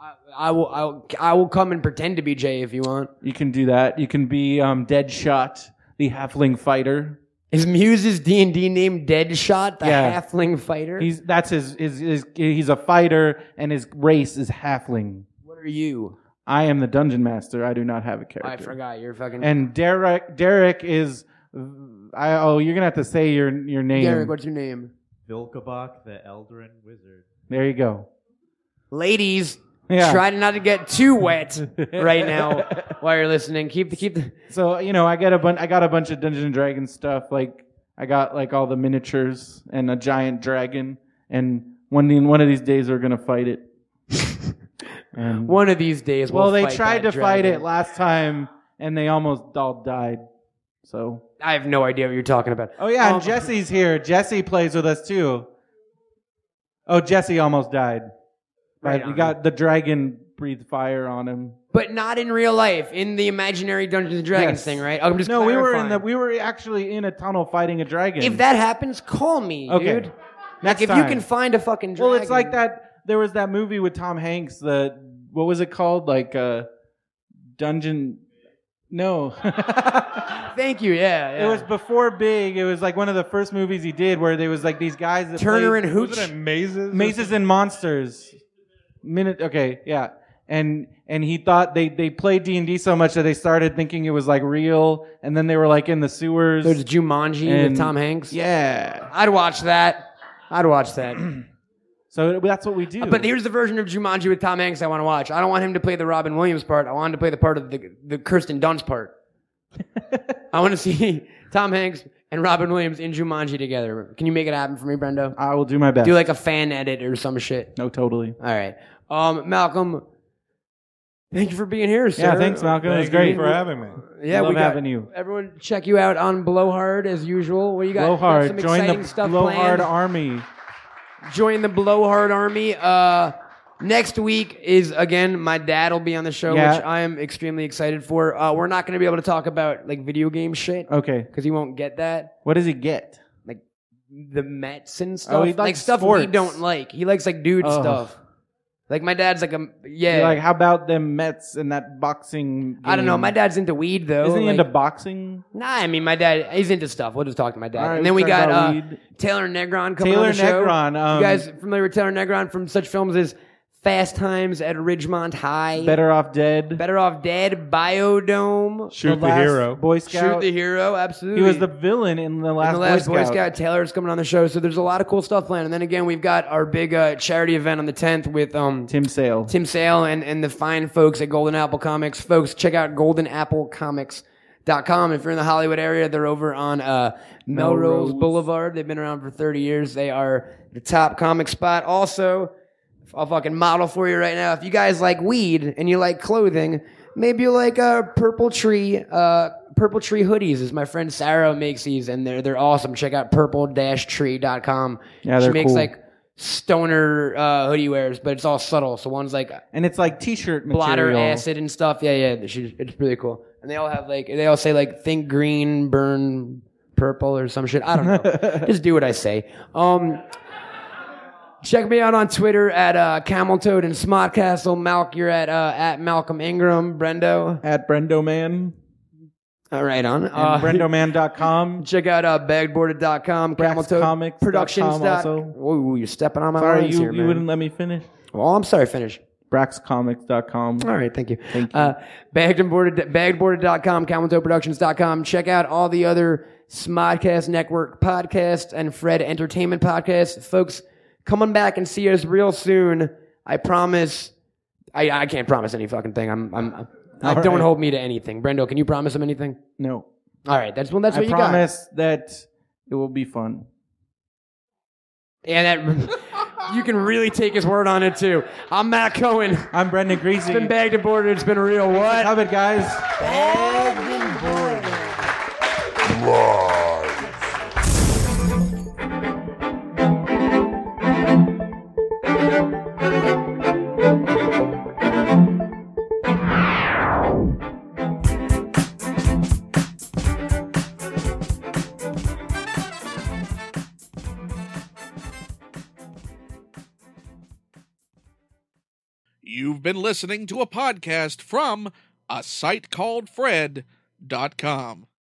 S3: I, I will. I will. I will come and pretend to be Jay if you want.
S4: You can do that. You can be um, Deadshot, the halfling fighter.
S3: Is Muse's D and D name Deadshot, the
S4: Yeah.
S3: halfling fighter?
S4: He's that's his, his his he's a fighter, and his race is halfling.
S3: what are you?
S4: I am the dungeon master. I do not have a character.
S3: I forgot. You're fucking.
S4: And Derek Derek is. I, oh, you're gonna have to say your your name.
S3: Derek, what's your name?
S2: Vilkabok the Eldarin Wizard.
S4: there you go.
S3: Ladies,
S4: Yeah.
S3: try not to get too wet right now while you're listening. Keep the keep the.
S4: So you know, I get a bunch. I got a bunch of Dungeons and Dragons stuff. Like I got like all the miniatures and a giant dragon. And one in one of these days, we're gonna fight it. And-
S3: One of these days. We'll,
S4: well, they
S3: fight
S4: tried to
S3: that
S4: fight it
S3: dragon.
S4: last time, and they almost all died. So
S3: I have no idea what you're talking about.
S4: oh yeah,
S3: Um,
S4: and Jesse's here. Jesse plays with us too. Oh, Jesse almost died.
S3: Right
S4: Right, we
S3: on.
S4: got the dragon breathed fire on him.
S3: But not in real life, in the imaginary Dungeons and Dragons
S4: Yes.
S3: thing, right? I'm just
S4: no, we were in the
S3: clarifying.
S4: we were actually in a tunnel fighting a dragon.
S3: If that happens, call me,
S4: Okay.
S3: dude. like
S4: Next
S3: if
S4: time.
S3: you can find a fucking dragon.
S4: well, it's like that. There was that movie with Tom Hanks. The what was it called? Like uh, dungeon. No,
S3: Thank you. Yeah.
S4: it
S3: yeah.
S4: was before Big. It was like one of the first movies he did where there was like these guys that
S3: Turner
S4: played
S3: and Hooch.
S5: Wasn't it mazes?
S4: mazes and monsters. Minute. Okay, yeah. And and he thought they they played D and D so much that they started thinking it was like real, and then they were like in the sewers.
S3: There's Jumanji
S4: And-
S3: with Tom Hanks.
S4: yeah.
S3: I'd watch that. I'd watch that.
S4: So that's what we do.
S3: But here's the version of Jumanji with Tom Hanks I want to watch. I don't want him to play the Robin Williams part. I want him to play the part of the, the Kirsten Dunst part. I want to see Tom Hanks and Robin Williams in Jumanji together. Can you make it happen for me, Brendo?
S4: I will do my best.
S3: Do like a fan edit or some shit.
S4: no, totally.
S3: All right. Um, Malcolm, thank you for being here, sir.
S4: Yeah, thanks, Malcolm.
S5: Thank
S4: it was great.
S5: you for having me.
S3: Yeah,
S4: Love
S3: we got
S4: having you.
S3: Everyone, check you out on Blowhard as usual. What do you got?
S4: Blow
S3: Got
S4: hard.
S3: Some
S4: Join
S3: exciting
S4: the
S3: stuff
S4: blow
S3: planned?
S4: hard army.
S3: join the blowhard army uh next week is again my dad will be on the show
S4: Yeah.
S3: which i am extremely excited for uh we're not going to be able to talk about like video game shit
S4: Okay.
S3: because he won't get that
S4: What does he get?
S3: the mets and stuff
S4: Oh, he likes
S3: like stuff we
S4: sports.
S3: don't like he likes like dude
S4: Oh.
S3: stuff like my dad's like a
S4: You're
S3: yeah
S4: Like, how about them Mets and that boxing?
S3: i don't know
S4: game?
S3: my dad's into weed though
S4: isn't he
S3: like-
S4: into boxing?
S3: nah i mean my dad he's into stuff we'll just talk to my dad
S4: All right,
S3: and then
S4: we
S3: we
S4: talked
S3: got
S4: about
S3: uh
S4: weed.
S3: taylor negron coming
S4: Taylor
S3: on the show.
S4: Negron, um,
S3: you guys familiar with taylor negron from such films as fast times at ridgemont high
S4: Better off dead.
S3: Better Off Dead, Biodome,
S5: Shoot the,
S4: Last
S5: hero.
S4: Boy
S3: Shoot
S4: Scout.
S3: the Hero, absolutely.
S4: he was the villain in the last,
S3: and the last
S4: Boy, Scout.
S3: Taylor's coming on the show, so there's a lot of cool stuff planned. And then again, we've got our big uh, charity event on the 10th with um, Tim,
S4: Tim Sale.
S3: Sale and, and the fine folks at Golden Apple Comics. Folks, check out goldenapplecomics.com. If you're in the Hollywood area, they're over on uh, Melrose
S4: Melrose.
S3: Boulevard. They've been around for 30 years. They are the top comic spot. Also, I'll fucking model for you right now. If you guys like weed and you like clothing, maybe you like uh, purple tree, uh, purple tree hoodies. Is my friend Sarah makes these, and they're they're awesome. Check out purple-tree.com.
S4: Yeah,
S3: she
S4: they're
S3: makes
S4: cool.
S3: like stoner uh, hoodie wears, but it's all subtle. So one's like
S4: and it's like T-shirt material.
S3: blotter acid and stuff. Yeah, yeah, she, it's really cool. And they all have like they all say like think green, burn purple or some shit. I don't know. Just do what I say. Um, check me out on Twitter at uh, Camel Toad and Smodcastle. Malk, you're at uh, at Malcolm Ingram. Brendo,
S4: At Brendoman.
S3: all right on. Uh,
S4: And Brendoman.com.
S3: Check out uh, bagboarded.com, Camel Toad
S4: Braxcomics.com
S3: Productions. dot-
S4: also.
S3: Whoa, you're stepping on my
S4: Sorry,
S3: lines
S4: you,
S3: here,
S4: you
S3: man.
S4: wouldn't let me finish.
S3: well, I'm sorry. Finish.
S4: Braxcomics.com.
S3: All right, thank you. Thank you. Uh, bagged and boarded, baggedboarded.com, CalmantoeProductions.com. Check out all the other Smodcast Network podcasts and Fred Entertainment podcasts. Folks, come on back and see us real soon. I promise. I, I can't promise any fucking thing. I'm, I'm, I
S4: All
S3: don't
S4: right.
S3: hold me to anything. Brendo, can you promise him anything?
S4: No.
S3: All right, that's well, that's
S4: I
S3: what you got.
S4: promise that it will be fun.
S3: And that you can really take his word on it too. I'm Matt Cohen. It's
S4: I'm Brendan Greasy.
S3: been bagged and boarded. It's been real. What?
S4: Love it, guys.
S1: You've been listening to a podcast from a site called Fred.com.